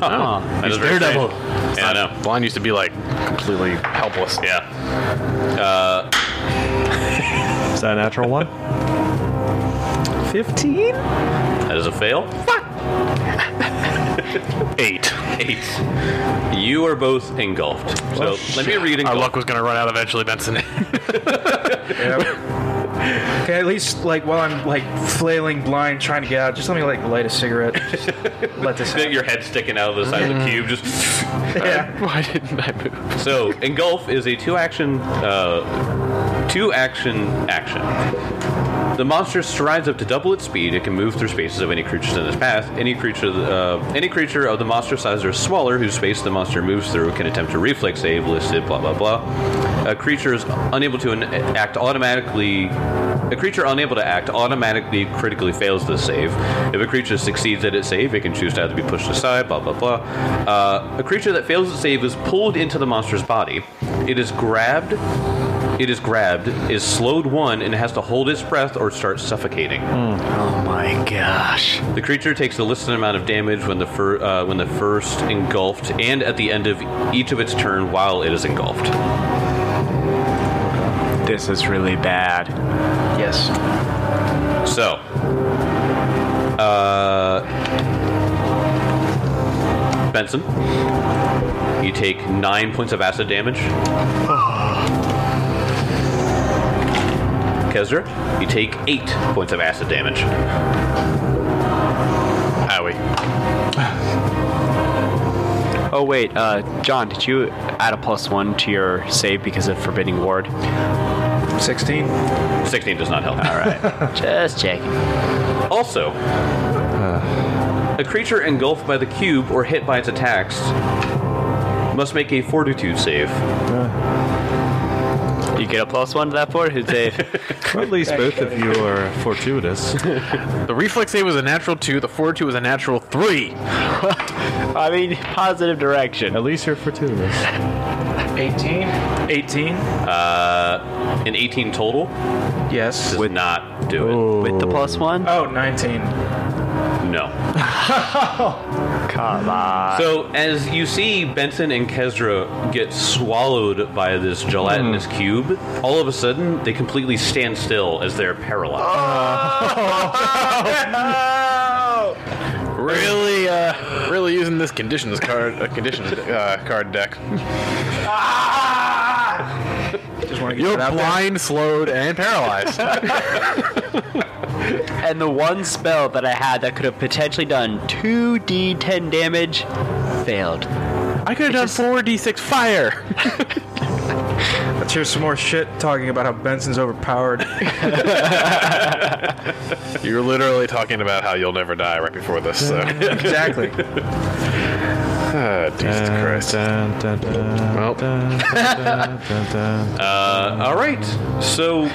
S1: Huh. That is very
S5: Daredevil.
S1: strange. Yeah, I know.
S5: Blind used to be like completely helpless.
S1: Yeah.
S4: Is that a natural one?
S2: 15?
S1: That is a fail.
S5: Eight.
S1: Eight. You are both engulfed. So let me read
S5: Our
S1: engulf.
S5: luck was gonna run out eventually, Benson.
S2: Yep. okay, at least, like, while I'm, like, flailing blind trying to get out, just let me, like, light a cigarette. Just let this happen.
S1: Your head sticking out of the side of the cube. Just
S2: Yeah.
S5: Why didn't I move?
S1: So engulf is a two action, uh, two action action. The monster strides up to double its speed. It can move through spaces of any creatures in its path. Any creature, uh, any creature of the monster size or smaller whose space the monster moves through can attempt a reflex save listed. Blah blah blah. A creature is unable to an- act automatically. A creature unable to act automatically critically fails this save. If a creature succeeds at its save, it can choose to either be pushed aside. Blah blah blah. Uh, a creature that fails its save is pulled into the monster's body. It is grabbed it is grabbed, is slowed one, and has to hold its breath or start suffocating.
S3: Oh my gosh.
S1: The creature takes a listed amount of damage when the fir- uh, when the first engulfed, and at the end of each of its turn while it is engulfed.
S3: This is really bad.
S2: Yes.
S1: So, uh, Benson, you take nine points of acid damage. Kezra, you take eight points of acid damage.
S5: Owie.
S3: Oh wait, uh John, did you add a plus one to your save because of forbidding ward?
S2: 16?
S1: 16 does not help.
S3: Just checking.
S1: Also, a creature engulfed by the cube or hit by its attacks must make a fortitude save.
S3: You get a plus one to that fortitude save.
S4: Or at least both of you are fortuitous.
S5: The reflex save was a natural two. The fortitude was a natural three.
S3: I mean, positive direction.
S4: At least you're fortuitous.
S2: 18. 18.
S1: An 18 total
S2: Yes.
S1: does not do it.
S3: with the plus one.
S2: Oh, 19.
S1: No. So as you see Benson and Kesra get swallowed by this gelatinous cube, all of a sudden they completely stand still as they're paralyzed.
S5: Really, uh, really using this conditions card, uh, condition uh, card deck. Ah!
S2: Just want to get
S5: You're
S2: it out there.
S5: blind, slowed, and paralyzed.
S3: And the one spell that I had that could have potentially done 2d10 damage failed.
S5: I could have done four d six fire.
S2: Let's hear some more shit talking about how Benson's overpowered.
S5: You're literally talking about how you'll never die right before this. So.
S2: exactly.
S5: Ah, Jesus Christ. Well.
S1: Uh, all right. So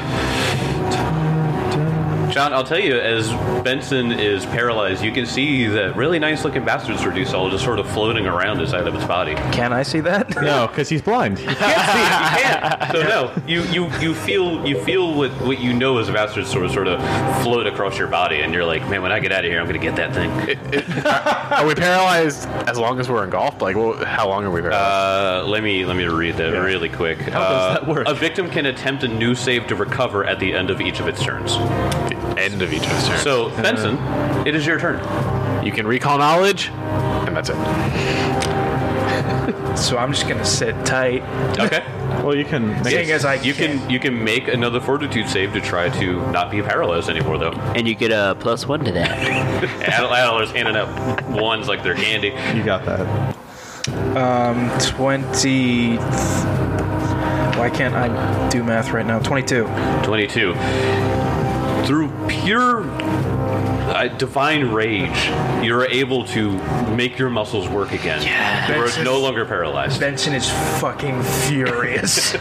S1: John, I'll tell you, as Benson is paralyzed, you can see that really nice looking bastard's reduce all just sort of floating around inside of its body.
S2: Can I see that?
S4: No, because he's blind.
S1: So no, you, you, you feel you feel what, what you know as a bastard sort of sort of float across your body, and you're like, man, when I get out of here, I'm gonna get that thing.
S5: Are we paralyzed as long as we're engulfed? Like, well, how long are we
S1: Uh,
S5: paralyzed?
S1: let me let me read that really quick. How
S4: does that work?
S1: A victim can attempt a new save to recover at the end of each of its turns.
S5: the end of each of his turn. So
S1: So Benson, it is your turn.
S5: you can recall knowledge, and that's it.
S2: So I'm just gonna sit tight.
S1: Okay.
S4: Well, you can make
S2: Seeing as I
S1: you can you can make another fortitude save to try to not be paralyzed anymore, though.
S3: And you get a plus one to that.
S1: Adel- Adler's handing out ones like they're candy.
S4: You got that.
S2: um, 20. Why can't I do math right now? 22.
S1: 22. Through pure uh, divine rage, you're able to make your muscles work again.
S2: Yeah.
S1: You're no longer paralyzed.
S2: Benson is fucking furious.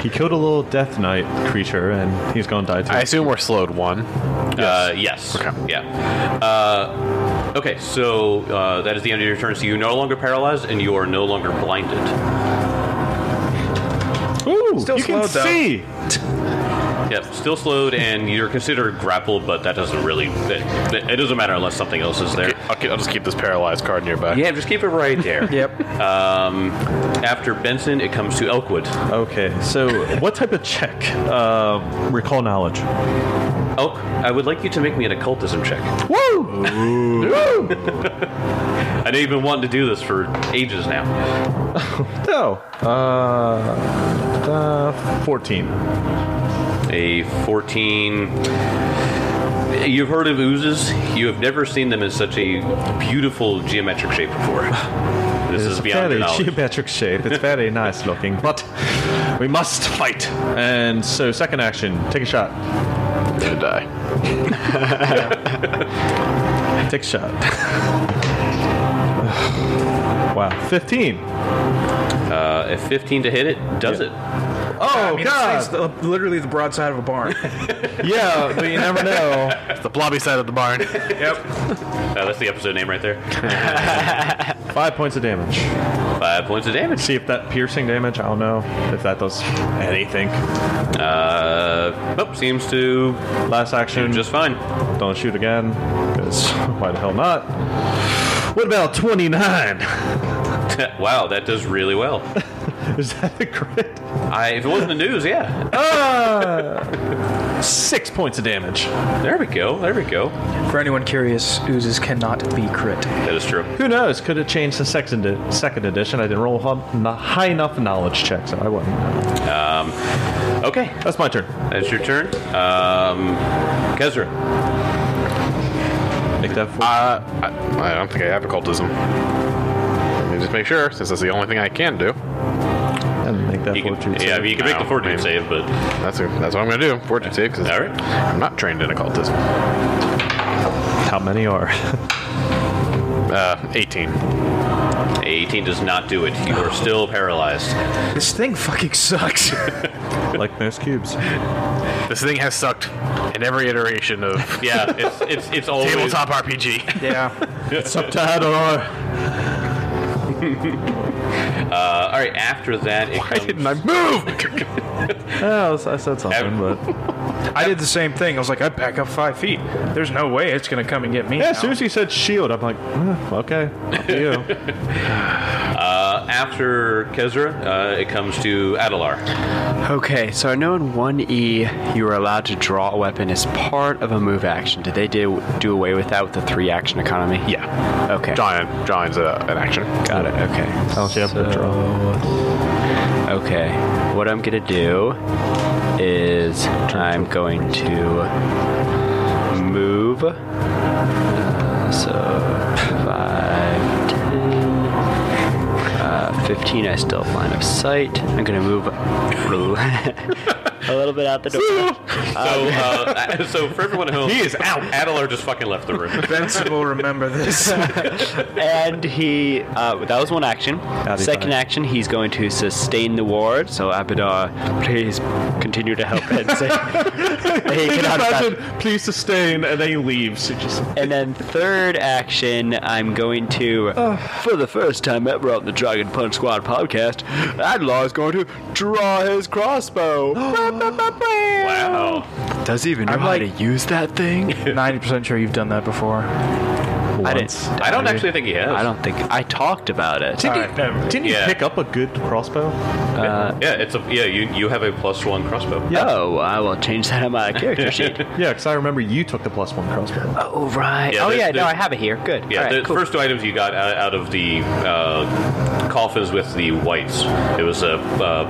S4: He killed a little death knight creature, and he's going to die too.
S5: I assume we're slowed one.
S1: Uh, yes.
S5: Okay.
S1: Yeah. Uh, okay, so uh, that is the end of your turn. So you're no longer paralyzed and you are no longer blinded.
S4: Ooh,
S2: Still
S4: you can
S2: slowed, though.
S4: see.
S1: Yep, still slowed and you're considered grappled, but that doesn't really. It, it doesn't matter unless something else is there.
S5: I'll, keep, I'll just keep this paralyzed card nearby.
S1: Yeah, just keep it right there.
S2: yep.
S1: Um, after Benson, it comes to Elkwood.
S4: Okay, so what type of check? Uh, recall knowledge.
S1: Elk, I would like you to make me an occultism check.
S4: Woo!
S1: I know you've been wanting to do this for ages now.
S4: No. Uh, uh, 14.
S1: A 14. You've heard of oozes. You have never seen them in such a beautiful geometric shape before. This is beyond
S4: very
S1: your knowledge.
S4: geometric shape. It's very nice looking, but we must fight. And so, second action, take a shot.
S5: I'm gonna die.
S4: Take a shot. wow, 15.
S1: Uh, a 15 to hit it does it.
S4: Oh
S2: I mean, this
S4: God!
S2: thing's literally the broadside of a barn.
S4: Yeah, but you never know.
S5: It's the blobby side of the barn.
S1: Uh, that's the episode name right there.
S4: Five points of damage.
S1: Five points of damage.
S4: See if that piercing damage. I don't know if that does anything.
S1: Uh, nope, seems to
S4: Last action,
S1: just fine.
S4: don't shoot again. Because why the hell not? What about 29?
S1: wow, that does really well.
S4: Is that the crit?
S1: I, if it wasn't the news, yeah,
S4: Ah! Six points of damage.
S1: There we go. There we go.
S2: For anyone curious, oozes cannot be crit.
S1: That is true.
S4: Who knows? Could have changed the second, edi- second edition. I didn't roll hum- n- high enough knowledge check, so I wouldn't. know.
S1: Okay,
S4: That's my turn.
S1: that's your turn. Um, Kezra.
S4: Make that four.
S5: Uh, I, I don't think I have occultism. Let me just make sure, since that's the only thing I can do.
S4: and make that
S1: You can,
S4: fortitude
S1: yeah, I
S4: save.
S1: mean, you can make the
S5: No,
S1: fortitude
S5: maybe.
S1: save, but
S5: That's a, that's what I'm gonna do. Fortune save, because
S1: All right.
S5: I'm not trained in occultism.
S4: How many are?
S5: Uh, 18.
S1: 18 does not do it. You are still paralyzed.
S2: This thing fucking sucks.
S4: like most cubes.
S5: This thing has sucked in every iteration of
S1: Yeah, it's it's it's always
S5: tabletop RPG.
S2: yeah.
S4: Subtitle.
S1: Uh, all right, after that, it
S5: Why
S1: comes.
S5: didn't I move?
S4: Yeah, I, was- I said something, but
S2: I did the same thing. I was like, I back up five feet. There's no way it's gonna come and get me.
S4: yeah,
S2: now.
S4: as soon as he said shield, I'm like, eh, okay, up to you.
S1: Uh, after Kezra, uh, it comes to Adalar.
S3: Okay, so I know in 1E you are allowed to draw a weapon as part of a move action. Did they do, do away with that with the three action economy?
S5: Yeah.
S3: Okay.
S5: Drawing, drawing's a, an action.
S3: Got it. Okay.
S4: yeah, but
S3: Okay. What I'm gonna do is I'm going to move. Uh, so five, ten, uh, fifteen. I still have line of sight. I'm gonna move a little bit out the door.
S1: So, uh, so for everyone at home, he is
S5: Oh,
S1: out. Adalar just fucking left the room.
S2: Benson will remember this.
S3: and he uh, that was one action. Second action, he's going to sustain the ward. So Abadar, please continue to help Benson. he
S4: Can you
S3: cannot
S4: imagine? Please sustain, and then he leaves. He just
S3: And then third action, I'm going to, for the first time ever on the Dragon Punch Squad podcast, Adlar is going to draw his crossbow.
S1: Wow.
S3: Does he even know how to use that thing?
S2: Ninety percent sure you've done that before.
S3: I
S4: once.
S3: didn't.
S1: I don't actually think he has.
S3: I don't think I talked about it.
S4: Didn't,
S2: Alright,
S4: you,
S2: never mind.
S4: didn't you
S1: Yeah.
S4: pick up a good crossbow?
S1: Yeah, it's a yeah. You you have a plus one crossbow.
S3: Oh, I will change that on my character sheet.
S4: Yeah, because I remember you took the plus one crossbow.
S3: Oh right.
S1: Yeah,
S3: oh
S1: there's-
S3: yeah. No,
S1: there's-
S3: I have it here. Good.
S1: Yeah,
S3: All right,
S1: the
S3: cool.
S1: first two items you got out, out of the uh, coffins with the whites. It was a uh,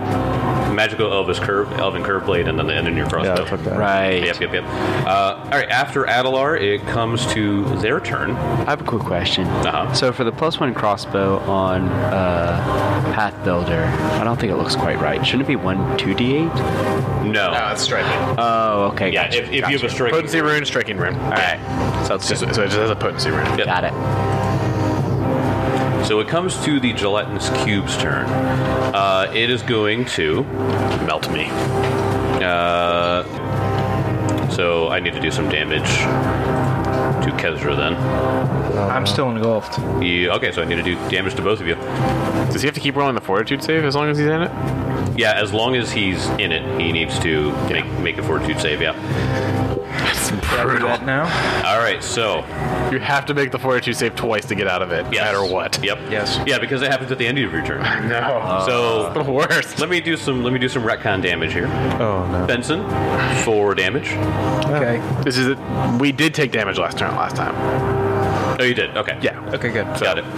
S1: magical Elvis curve, Elven curve blade, and then the end in your
S4: Yeah,
S1: crossbow.
S4: I took that.
S3: right.
S1: Yep, yep, yep. Uh, all right, after Adalar, it comes to their turn.
S3: I have a quick question.
S1: Uh-huh.
S3: So for the plus one crossbow on uh, Path Builder, I don't think it looks quite right. Shouldn't it be one two d eight?
S1: No.
S5: striking.
S3: Oh, okay.
S1: yeah,
S3: gotcha.
S1: if, if you have a strike.
S5: Potency rune, striking rune.
S3: All right. So it's
S5: So,
S3: just
S5: so it just has a potency rune.
S1: yeah.
S3: got it.
S1: So it comes to the gelatinous cube's turn. Uh, it is going to melt me. Uh, so I need to do some damage to Kezra then.
S2: I'm still engulfed.
S1: You, okay, so I need to do damage to both of you.
S5: Does he have to keep rolling the fortitude save as long as he's in it?
S1: Yeah, as long as he's in it, he needs to make, make a fortitude save, yeah.
S5: That's
S2: Do
S5: brutal.
S2: that now.
S1: All right, so.
S5: You have to make the fortitude save twice to get out of it, no
S1: yes.
S5: matter what.
S1: Yep.
S2: Yes.
S1: Yeah, because it happens at the end of your turn.
S5: No.
S1: so
S5: the worst.
S1: Let me do some. Let me do some retcon damage here.
S4: Oh no.
S1: Benson, four damage.
S3: Oh.
S2: Okay.
S5: This is it. We did take damage last turn, last time.
S1: Oh, you did. Okay.
S5: Yeah.
S2: Okay. Good.
S1: Got it.
S5: I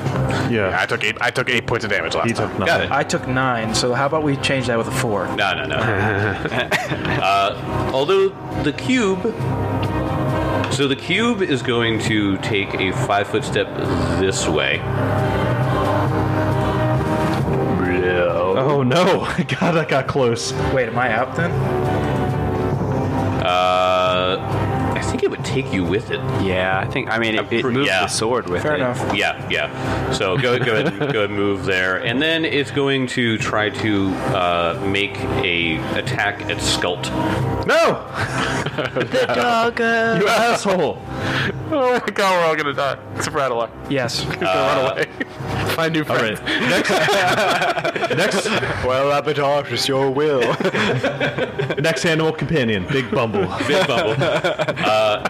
S4: Yeah,
S5: took eight. I took eight points of damage last
S4: he
S5: time.
S4: took nothing.
S1: Got it.
S2: I took nine. So how about we change that with a four?
S1: No, no, no. uh, although the cube. So the cube is going to take a five foot step this way.
S4: Oh no! God, that got close.
S2: Wait, am I out then?
S1: Uh, I think it would take you with it.
S3: Yeah, I think. I mean, it, it
S1: pre-
S3: moves
S1: yeah.
S3: the sword with
S2: Fair
S3: it.
S2: enough.
S1: Yeah, yeah. So go go ahead, go ahead and move there, and then it's going to try to uh, make a attack at Skult.
S4: No! you asshole!
S5: Oh my god, we're all gonna die. Except for Adelar.
S2: Yes.
S5: run away. Find new
S4: All
S5: friends.
S4: right. Next. next. Well, Abadosh, it's your will. next animal companion, Big Bumble.
S1: Big bubble. uh,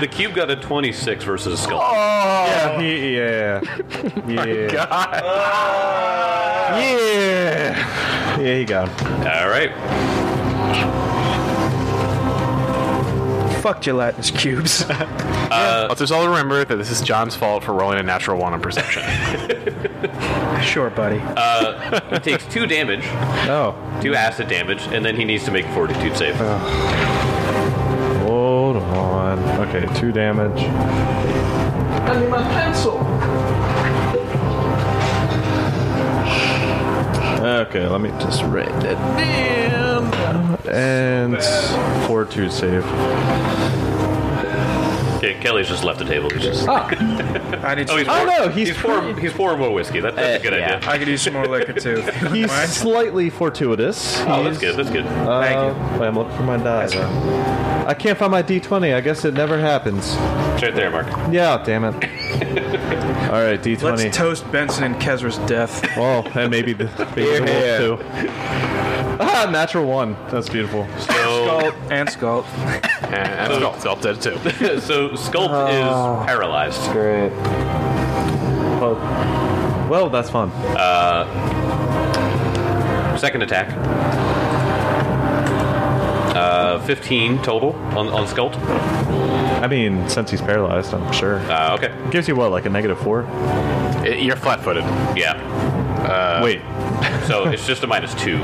S1: the cube got a 26 versus Skull.
S4: Yeah. Oh, he- Yeah. Yeah. Uh. Yeah. Yeah, he got him.
S1: All right.
S2: Fuck gelatinous cubes.
S5: Let's just all remember that this is John's fault for rolling a natural one on perception.
S2: sure, buddy.
S1: It takes two damage,
S4: Oh.
S1: two acid damage, and then he needs to make a fortitude save.
S4: Hold on. Okay, two damage. Okay, let me just write that down. And fortitude save.
S1: Okay, Kelly's just left the table. He's just.
S2: I need.
S1: Oh,
S2: Some,
S1: he's four,
S4: no, he's
S1: four. He's four more whiskey. That, that's a
S3: Uh,
S1: good
S3: yeah.
S1: idea.
S2: I could use some more liquor too.
S4: He's
S2: Mine?
S4: slightly fortuitous.
S1: Oh,
S4: He's-
S1: that's good. That's good.
S4: Uh,
S2: Thank
S4: wait, I'm looking for my die. though. I can't find my D20. I guess it never happens.
S1: It's right there, Mark.
S4: Yeah, damn it. All right, D
S2: Let's
S4: twenty.
S2: toast Benson and Kezra's death.
S4: Oh, and maybe the, maybe the
S3: Yeah.
S4: wolf too. Ah, natural one. That's beautiful.
S1: So,
S2: and Skull.
S5: And, and Sculpt, Sculpt did it too.
S1: so Sculpt is paralyzed.
S4: Great. Well, well, that's fun.
S1: Second attack. Uh, 15 total on, on Sculpt.
S4: I mean, since he's paralyzed, I'm sure.
S1: Uh, okay.
S4: Gives you what, like a negative four?
S5: It- you're flat footed.
S1: Yeah. Uh,
S4: wait,
S1: So it's just a minus two.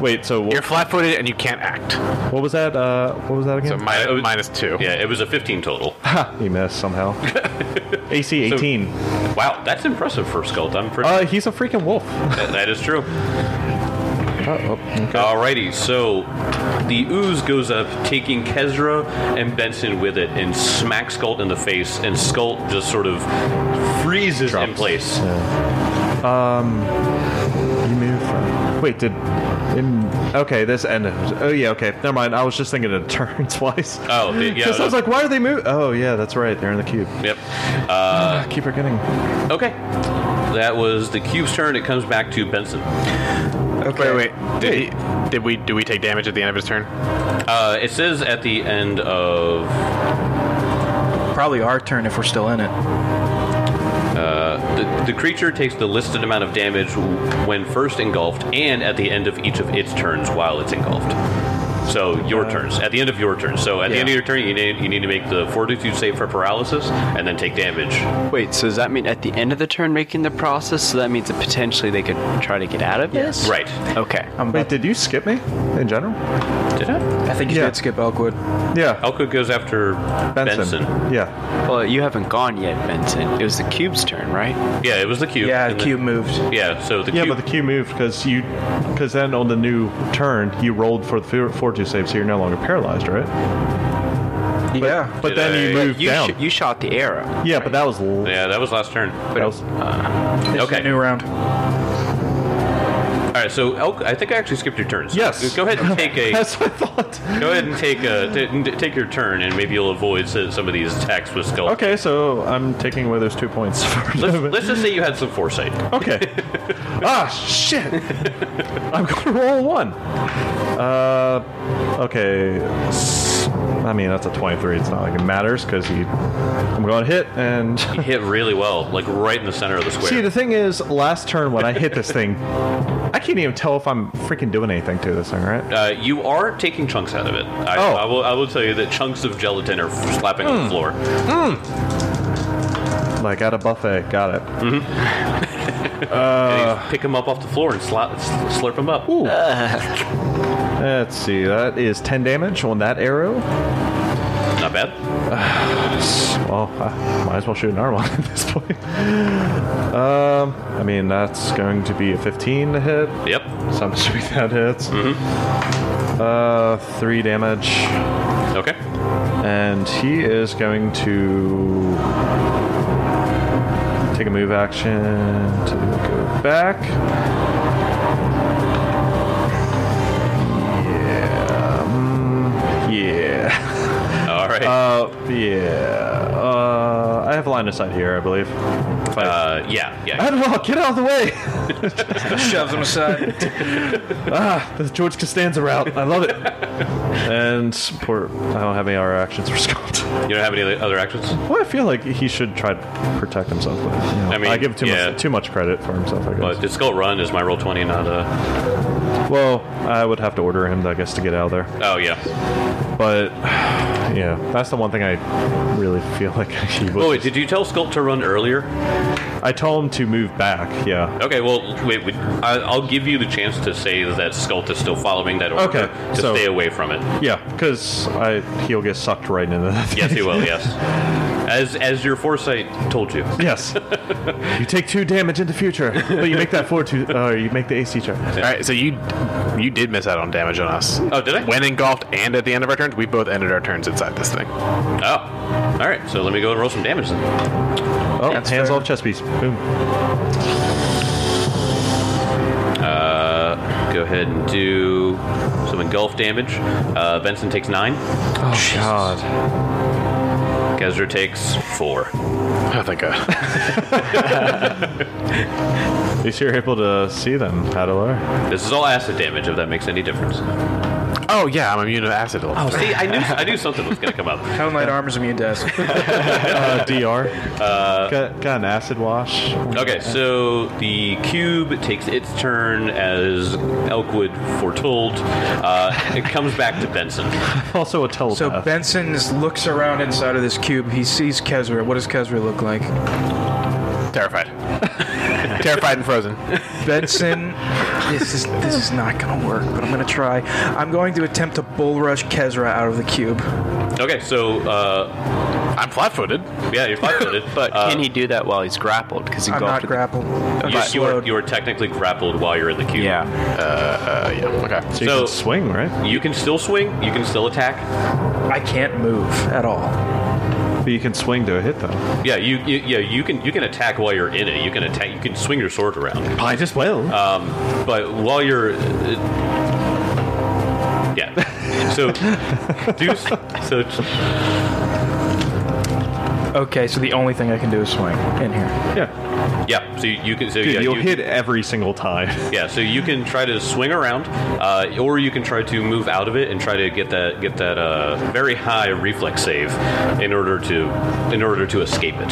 S4: wait. So
S5: You're
S4: what,
S5: flat footed and you can't act.
S4: what was that? Uh, what was that
S5: So
S4: again?
S5: mi-
S1: I- I was-
S5: minus two.
S1: Yeah, it was a 15 total.
S4: he missed somehow. AC 18.
S1: Wow, that's impressive for Sculpt. I'm pretty.
S4: uh, he's a freaking wolf.
S1: that- that is true. Alrighty, so the ooze goes up, taking Kezra and Benson with it, and smacks Sculpt in the face, and Sculpt just sort of freezes in place.
S4: You move from- Wait, did. in- okay, this ended. Oh, yeah, okay. Never mind. I was just thinking of turn twice.
S1: Oh, the- yeah.
S4: Because I was
S1: no-
S4: like, why are they moving? Oh, yeah, that's right. They're in the cube.
S1: yep. Uh,
S4: I keep forgetting.
S1: Okay. That was the cube's turn. It comes back to Benson.
S2: Okay.
S5: Wait, wait. Did, he, did we do we take damage at the end of his turn?
S1: Uh, it says at the end of
S2: Probably our turn if we're still in it.
S1: The, the creature takes the listed amount of damage when first engulfed and at the end of each of its turns while it's engulfed. So your
S4: Uh,
S1: turns. At the end of your turn. So at the end of your turn, you need, you need to make the fortitude save for paralysis and then take damage.
S3: Wait, so does that mean at the end of the turn making the process? So that means that potentially they could try to get out of this?
S1: Right.
S3: Okay.
S2: I'm
S4: Wait,
S2: about,
S4: did you skip me in general?
S1: Did I?
S2: I think you
S4: Yeah.
S2: did skip Elkwood.
S4: Yeah.
S1: Elka goes after Benson.
S4: Yeah.
S3: Well, you haven't gone yet, Benson. It was the cube's turn, right?
S1: Yeah, it was the cube.
S2: Yeah,
S1: And the-
S2: cube moved.
S1: yeah, so the
S4: Yeah,
S1: cube.
S4: but the Q moved because you, because then on the new turn you rolled for the four- fortitude save, so you're no longer paralyzed, right?
S2: yeah.
S4: But
S1: Did
S4: then
S1: I-
S4: you moved
S3: you,
S4: down.
S3: sh- you shot the arrow.
S4: yeah, but that was l-
S1: yeah, that was last turn.
S4: that was
S2: It's
S1: okay.
S2: a new round.
S1: All right, so Elk, I think I actually skipped your turns.
S4: Yes.
S1: Go ahead and take a
S4: that's what I thought.
S1: go ahead and take a t- take your turn, and maybe you'll avoid s- some of these attacks with skull.
S4: Okay, so I'm taking away those two points. For
S1: Let's, let's just say you had some foresight.
S4: okay. ah, shit. I'm gonna roll one. Uh, okay. S- I mean that's a 23. It's not like it matters because he. I'm going to hit and.
S1: You hit really well, like right in the center of the square.
S4: See, the thing is, last turn when I hit this thing, I can't even tell if I'm freaking doing anything to this thing, right?
S1: uh, you are taking chunks out of it. I,
S4: Oh. Hmm.
S1: I will. I will tell you that chunks of gelatin are slapping on the floor.
S4: Like at a buffet, got it.
S1: And you pick them up off the floor and slap, slurp them up.
S4: Uh. Ooh. Let's see, that is 10 damage on that arrow.
S1: Not bad.
S4: Well, I might as well shoot an arm on at this point. Um, I mean, that's going to be a 15 to hit,
S1: Yep.
S4: so I'm assuming that hits. Uh, 3 damage.
S1: Okay.
S4: And he is going to take a move action to go back. Yeah. mm, Yeah.
S1: All right. Uh,
S4: Uh, yeah. Uh, I have line of sight here, I believe. If I-
S1: Uh, yeah. Yeah.
S4: Admiral, get out of the way!
S2: Shoves him aside.
S4: Ah, The George Costanza route. I love it. and poor, I don't have any other actions for Scott.
S1: You don't have any other actions?
S4: Well, I feel like he should try to protect himself. But you know,
S1: I
S4: I,
S1: mean,
S4: give too
S1: yeah.
S4: much too much credit for himself. I
S1: But
S4: guess.
S1: Uh, did skull run? Is my roll twenty not uh, a?
S4: well, I would have to order him, I guess, to get out of there.
S1: Oh yeah.
S4: But yeah, that's the one thing I really feel like he was.
S1: Oh wait, did you tell Sculpt to run earlier?
S4: I told him to move back. Yeah.
S1: Okay, well, wait. wait I, I'll give you the chance to say that Sculpt is still following that order
S4: Okay,
S1: to
S4: so-
S1: stay away from it.
S4: Yeah, because I he'll get sucked right into that.
S1: Yes, he will. Yes, as as your foresight told you.
S4: yes. you take two damage in the future, but you make that four two. Uh, you make the AC check.
S5: All right, so you you did miss out on damage on us.
S1: Oh, did I?
S5: When engulfed and at the end of our turns, we both ended our turns inside this thing.
S1: Oh, all right. So let me go and roll some damage then.
S4: Oh,
S2: That's
S4: hands
S2: fair.
S4: off chest piece. Boom.
S1: Go ahead and do some engulf damage. Uh, Benson takes nine.
S4: Oh God.
S1: Ezra takes four.
S5: Oh, thank God.
S4: At least you're able to see them, Hadalor.
S1: This is all acid damage, if that makes any difference.
S5: Oh, yeah, I'm immune to acid. Oh,
S1: See, I knew, I knew something was going to come up.
S2: Hell Knight armor's immune to acid.
S4: Uh, DR. got, got an acid wash.
S1: Okay, so the cube takes its turn as Elkwood foretold. Uh, it comes back to Benson.
S4: Also a telepath.
S2: So
S1: Uh.
S2: Benson just looks around inside of this cube. He sees Kezra. What does Kezra look like?
S5: terrified. terrified and frozen.
S2: Benson, this is this is not gonna work, but I'm gonna try. I'm going to attempt to bull rush Kezra out of the cube.
S1: Okay, so uh,
S5: I'm flat footed.
S1: yeah, you're five footed,
S3: But
S1: uh,
S3: can he do that while he's grappled? Because he
S2: I'm
S3: go
S2: not
S3: after the-
S2: grappled. I'm
S1: you, you, are,
S2: slowed.
S1: you are technically grappled while you're in the cube.
S3: Yeah.
S5: Uh, yeah, okay.
S4: So you
S1: so-
S4: can swing, right?
S1: You can still swing. You can still attack.
S2: I can't move at all.
S4: But you can swing to a hit, though.
S1: Yeah, you, you yeah you can you can attack while you're in it. You can attack. You can swing your sword around.
S4: I just will.
S1: But while you're, uh, yeah. So do s- so.
S2: Okay, so the only thing I can do is swing in here.
S4: yeah.
S1: Yeah. So you, you can. So
S4: Dude,
S1: yeah,
S4: you'll
S1: you,
S4: hit every single time.
S1: Yeah, so you can try to swing around, uh, or you can try to move out of it and try to get that get that uh, very high reflex save in order to in order to escape it.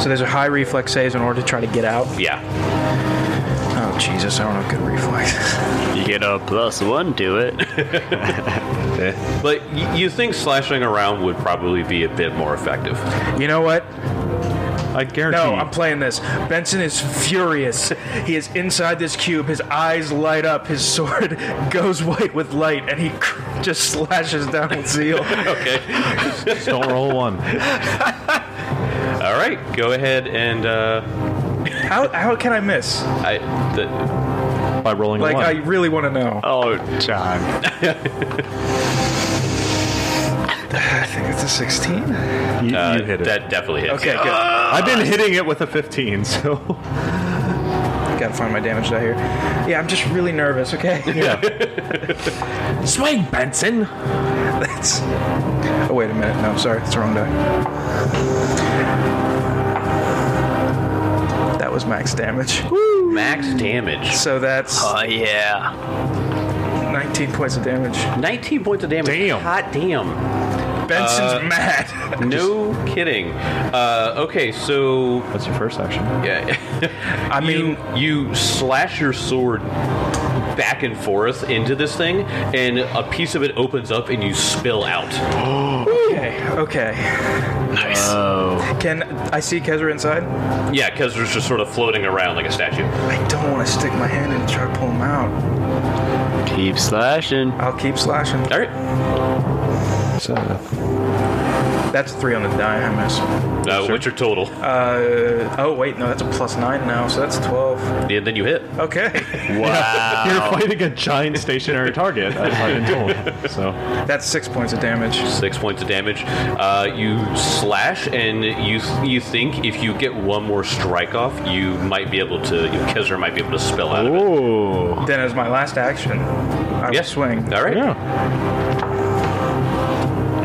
S2: So there's a high reflex saves in order to try to get out.
S1: Yeah,
S2: Oh Jesus, I don't have good reflexes.
S3: You get a plus one to it.
S1: but y- you think slashing around would probably be a bit more effective.
S2: You know what?
S4: I guarantee.
S2: No,
S4: you.
S2: I'm playing this. Benson is furious. He is inside this cube. His eyes light up. His sword goes white with light, and he cr- just slashes down with zeal.
S4: Just don't roll one.
S1: All right, go ahead and uh,
S2: How, how can I miss?
S1: I the,
S4: By rolling a
S2: Like,
S4: one.
S2: I really want to know.
S3: oh, John.
S2: I think it's a Oh, 16.
S4: you,
S1: uh,
S4: you hit it.
S1: that definitely hits.
S2: Okay, good.
S4: I've been hitting it with a 15, so.
S2: Gotta find my damage die here. Yeah, I'm just really nervous, okay?
S4: Yeah.
S2: Swing, Benson! That's. Oh, wait a minute. No, sorry. It's the wrong die. That was max damage.
S1: max damage.
S2: So that's
S3: Oh, yeah.
S2: 19 points of damage.
S1: 19 points of damage.
S4: Damn.
S1: Hot damn.
S2: Benson's mad.
S1: No kidding. Uh, okay, so
S4: That's your first action.
S1: Yeah.
S2: I mean-
S1: you, you slash your sword back and forth into this thing, and a piece of it opens up and you spill out.
S2: okay, okay.
S3: Oh.
S2: Can I see Kezra inside?
S1: Yeah, Kezra's just sort of floating around like a statue.
S2: I don't want to stick my hand in and try to pull him out.
S3: Keep slashing.
S2: I'll keep slashing.
S1: All right.
S4: So,
S2: That's three on the die. I miss.
S1: Uh, What's your total?
S2: Uh, oh wait, no, that's a plus nine now, so that's twelve.
S1: yeah, then you hit.
S2: Okay,
S4: You're fighting a giant stationary target. I, I didn't tell him. So,
S2: that's six points of damage.
S1: Six points of damage. Uh, you slash, and you you think if you get one more strike off, you might be able to. Kezra might be able to spill out of it.
S4: ooh,
S2: Then as my last action, I will
S1: Yeah.
S2: swing.
S1: All right.
S4: yeah,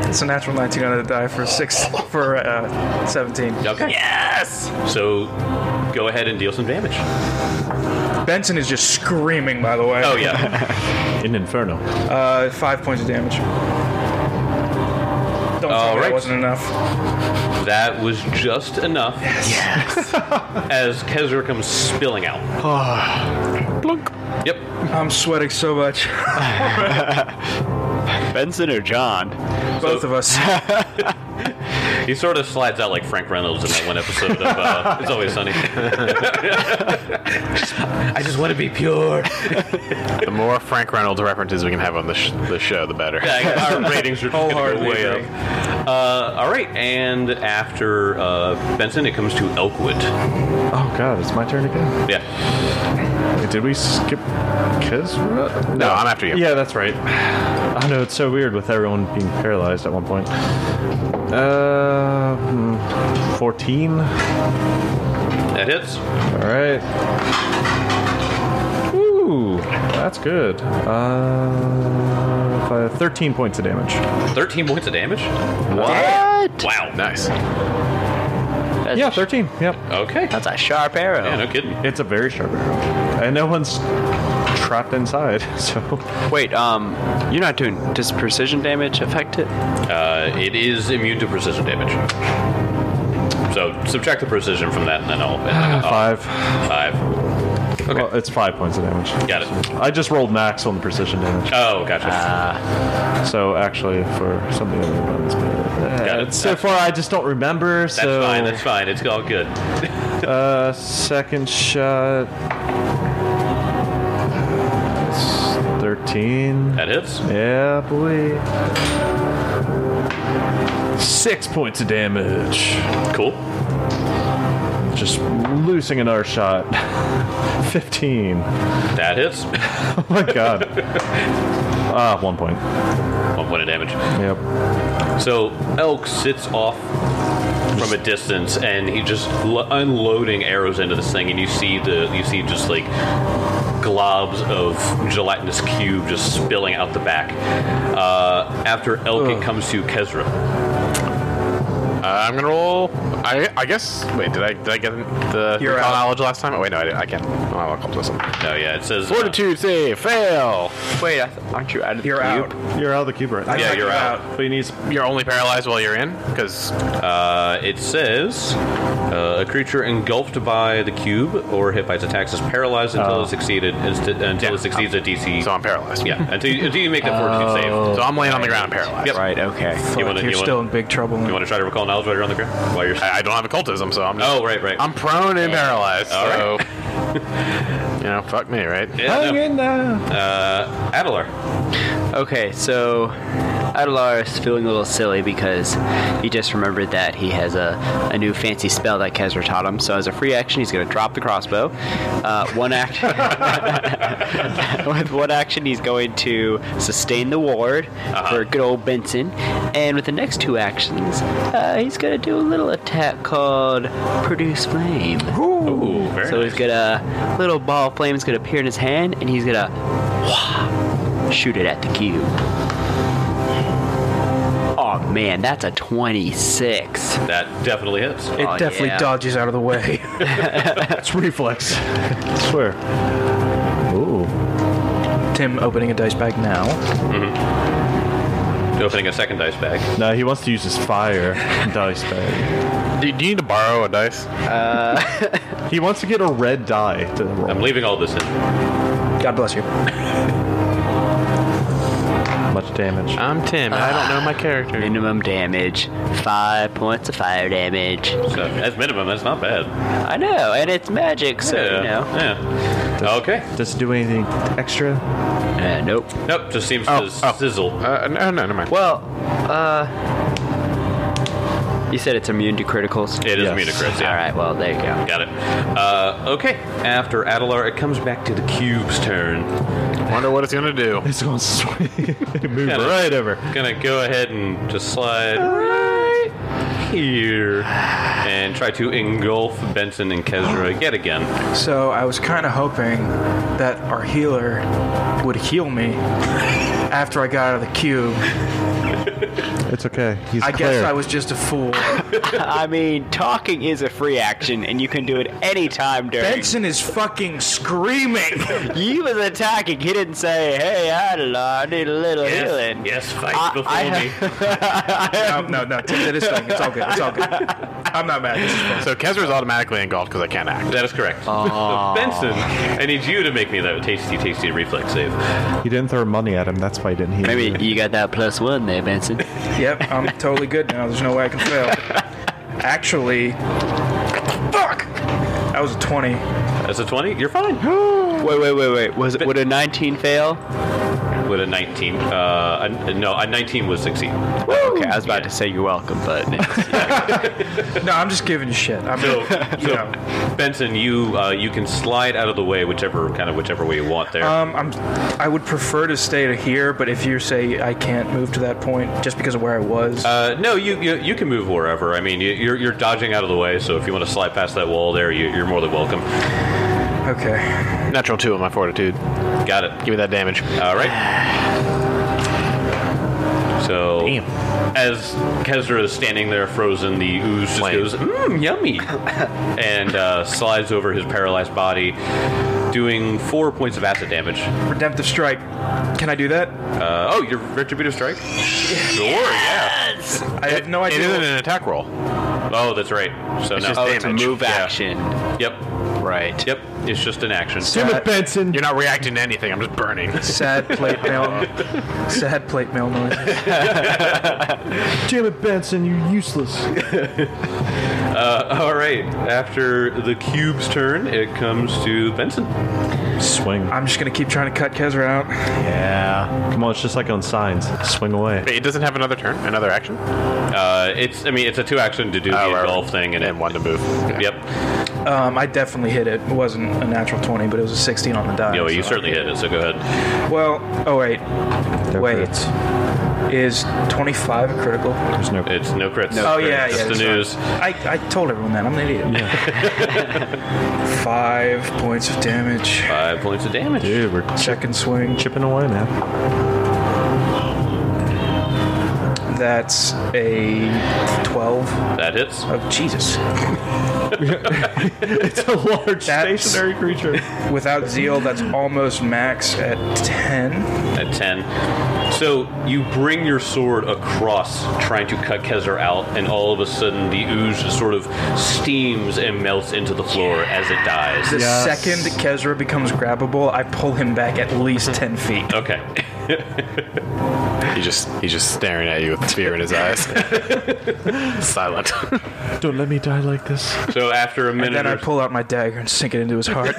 S2: It's a natural nineteen on the die for six for uh, seventeen.
S1: Okay. Yes. So, go ahead and deal some damage.
S2: Benson is just screaming, by the way.
S1: Oh yeah.
S4: in Inferno.
S2: Uh, five points of damage. Don't tell
S1: All
S2: me that
S1: right.
S2: wasn't enough.
S1: That was just enough. Yes. As Kezra comes spilling out. Yep.
S2: I'm sweating so much.
S3: Benson or John?
S2: Both of us.
S1: He sort of slides out like Frank Reynolds in that one episode of uh, It's Always Sunny. I just want to be pure.
S5: The more Frank Reynolds references we can have on the, sh- the show, the better.
S1: Our ratings are just going
S2: Wholeheartedly
S1: go way
S2: agree.
S1: up. Uh, all right, and after uh, Benson, it comes to Elkwood.
S4: Oh god, it's my turn again.
S1: Yeah.
S4: Wait, did we skip Kezra?
S5: No, I'm after you.
S4: Yeah, that's right. I know it's so weird with everyone being paralyzed at one point. Uh, hmm, fourteen. All
S1: That hits.
S4: right. Ooh, that's good. Uh, uh, 13 points of damage.
S1: 13 points of damage?
S3: What?
S1: Wow.
S5: Nice. Uh,
S3: That's
S4: Yeah,
S3: a, sh-
S4: 13. Yep.
S1: Okay.
S3: that's a sharp arrow.
S1: Yeah, no kidding.
S4: It's a very sharp arrow. And no one's trapped inside, so.
S3: Wait, um, you're not doing. Does precision damage affect it?
S1: Uh, it is immune to precision damage. So subtract the precision from that, and then I'll. And then I'll
S4: Five.
S1: Five. Oh. Okay.
S4: Well, it's five points of damage.
S1: Got it.
S4: I just rolled max on the precision damage.
S1: Oh, gotcha.
S4: So actually, for something other than it's better.
S1: Got
S4: Uh,
S1: it.
S4: So far, I just don't remember.
S1: that's
S4: so
S1: fine. That's fine. It's all good.
S4: uh, second shot. It's Thirteen.
S1: That hits.
S4: Yeah, boy. Six points of damage.
S1: Cool.
S4: Just losing another shot. Fifteen.
S1: That hits.
S4: Oh my god. Ah, one point.
S1: One point of damage.
S4: Yep.
S1: So Elk sits off from a distance, and he just l- unloading arrows into this thing, and you see the you see just like globs of gelatinous cube just spilling out the back. Uh, after Elk, it comes to Kesra.
S5: Uh, I'm gonna roll. I, I guess. Wait, did I did I get the
S3: You're
S5: recall
S3: out.
S5: knowledge last time? Oh wait, no, I didn't. I can't. Oh, I'll call this one.
S1: Oh yeah, it says
S5: Fortitude save, fail.
S3: Wait, I th- aren't you out of the
S2: You're
S3: cube?
S2: out.
S4: You're out of the cube right now.
S1: Yeah, you're out.
S4: But he needs.
S5: You're only paralyzed while you're in, because
S1: Uh, it says uh, a creature engulfed by the cube or hit by its attacks is paralyzed until it succeeded inst- until
S5: Oh. Yeah.
S1: it succeeds a DC.
S5: so I'm paralyzed.
S1: yeah, until you, until you make that fortitude save.
S5: So I'm laying on the ground paralyzed.
S1: Yep.
S3: Right. Okay.
S1: You
S2: Fuck,
S1: wanna-
S2: you're
S1: you wanna-
S2: still in big trouble.
S1: You want to try to recall knowledge while you're on the ground? While you're
S5: I, I don't have occultism, so I'm. Just,
S1: Oh, right, right.
S5: I'm prone and paralyzed.
S1: All right.
S5: so you know, fuck me, right?
S1: yeah, no.
S4: in there.
S1: Uh, Adelar.
S3: Okay. So, Adelar is feeling a little silly because he just remembered that he has a, a new fancy spell that Kesra taught him. So, as a free action, he's going to drop the crossbow. Uh, one action. with one action, he's going to sustain the ward for good old Benson. And with the next two actions, uh, he's going to do a little attack called Produce Flame.
S1: Ooh, very
S3: So
S1: nice.
S3: he's gonna little ball of flame is gonna appear in his hand, and he's gonna wah, shoot it at the cube. Oh man, that's a 26.
S1: That definitely hits.
S2: it
S3: Oh,
S2: definitely
S3: yeah.
S2: dodges out of the way.
S4: It's reflex. I swear. Ooh.
S2: Tim opening a dice bag now.
S1: Opening a second dice bag.
S4: No, he wants to use his fire dice bag.
S5: Do, do you need to borrow a dice?
S4: He wants to get a red die to roll.
S1: I'm leaving all this in.
S2: God bless you.
S4: Much damage.
S5: I'm Tim. and I don't know my character.
S3: Minimum damage, five points of fire damage.
S1: So, as minimum, that's not bad.
S3: I know, and it's magic, so
S1: yeah.
S3: you know.
S1: yeah. Okay.
S4: Does it do anything extra?
S3: Uh, nope.
S1: Nope. Just seems to
S5: oh.
S1: sizzle.
S5: Uh, no, no, never mind.
S3: Well, uh, you said it's immune to criticals.
S1: It is
S4: Yes.
S1: immune to crits, yeah.
S3: All right, well there you go.
S1: Got it. Uh, okay. After Adelar, it comes back to the cube's turn.
S5: Wonder what it's gonna do.
S4: He's going to swing. Move
S1: Kinda-
S4: right over.
S1: Gonna go ahead and just slide right here and try to engulf Benson and Kezra yet again.
S2: So I was kind of hoping that our healer would heal me after I got out of the cube.
S4: It's okay. He's
S2: I
S4: clear.
S2: guess I was just a fool.
S3: I mean, talking is a free action, and you can do it anytime during.
S2: Benson is fucking screaming.
S3: He was attacking. He didn't say, "Hey, Adelar, I need a little
S1: Yes,
S3: healing."
S1: yes fight
S3: I-
S1: before
S3: I
S1: me.
S2: no, no, no. Tim did his thing. It's all good. It's all good. I'm not mad. This is fun.
S5: So Kesra's automatically engulfed because I can't act.
S1: That is correct. So Benson, I need you to make me that tasty, tasty reflex save.
S4: He didn't throw money at him. That's why he didn't heal.
S3: Maybe you got that plus one there, Benson.
S2: Yep, I'm totally good now. There's no way I can fail. Actually, fuck. That was a 20.
S1: That's a 20. You're fine.
S3: wait, wait, wait, wait. Was would a 19 fail?
S1: With a 19. Uh, a, no, a 19 was succeed.
S3: Okay, I was about to say you're welcome, but
S2: No, I'm just giving you shit. I'm
S1: So,
S2: you
S1: so
S2: know.
S1: Benson, you uh, you can slide out of the way, whichever kind of whichever way you want there.
S2: Um, I'm, I would prefer to stay to here, but if you say I can't move to that point just because of where I was,
S1: Uh, no, you, you you can move wherever. I mean, you, you're you're dodging out of the way, so if you want to slide past that wall there, you, you're more than welcome.
S2: okay.
S5: Natural two on my fortitude.
S1: Got it.
S5: Give me that damage.
S1: All right. So
S4: Damn.
S1: as Kesra is standing there frozen, the ooze just
S5: Flame.
S1: goes, mmm, yummy, and uh, slides over his paralyzed body, doing four points of acid damage.
S2: Redemptive strike. Can I do that?
S1: Uh, oh, your retributive strike? Sure, yeah.
S2: I have no
S5: It isn't
S2: idea.
S5: an attack roll.
S1: Oh, that's right. So
S5: It's
S1: no.
S5: just
S3: Oh, it's a
S5: Damage.
S3: move
S1: Yeah.
S3: action.
S1: Yep,
S3: Right.
S1: yep. It's just an action.
S4: Damn it, Benson.
S5: You're not reacting to anything. I'm just burning.
S2: Sad plate mail. sad plate mail noise.
S4: Damn it, Benson. You're useless.
S1: All right. After the cube's turn, it comes to Benson.
S4: Swing.
S2: I'm just gonna keep trying to cut Kezra out.
S4: Yeah. Come on, it's just like on signs. Swing away.
S5: Wait, it doesn't have another turn, another action.
S1: Uh, it's I mean it's a two action to do
S5: Oh,
S1: the
S5: right,
S1: engulf
S5: right.
S1: thing and,
S5: And one to move. Yeah.
S1: Yep.
S2: Um, I definitely hit it. It wasn't a natural 20, but it was a 16 on the die.
S1: No,
S2: so
S1: you
S2: I-
S1: certainly hit it. So go ahead.
S2: Well, oh wait, wait. Is 25 a critical?
S4: There's no.
S1: It's no crits.
S2: oh yeah,
S1: Just
S2: yeah.
S1: the
S2: that's
S1: news.
S2: right. I, I told everyone that I'm an idiot. Five points of damage.
S1: Five points of damage.
S4: Dude, we're
S2: Check and swing.
S4: chipping away, man.
S2: That's a 12.
S1: That hits.
S2: Oh Jesus!
S4: It's a large
S2: That's-
S4: stationary creature.
S2: Without zeal, that's almost max at 10.
S1: at 10. So you bring your sword across, trying to cut Kezer out, and all of a sudden the ooze just sort of steams and melts into the floor as it
S2: The
S1: dies.
S4: Yes.
S2: second Kezra becomes grabbable, I pull him back at least 10 feet.
S1: Okay.
S5: He just he's just staring at you with fear in his eyes. Silent.
S4: Don't let me die like this.
S1: So after a
S2: And
S1: minute,
S2: then I
S1: or
S2: pull out my dagger and sink it into his heart.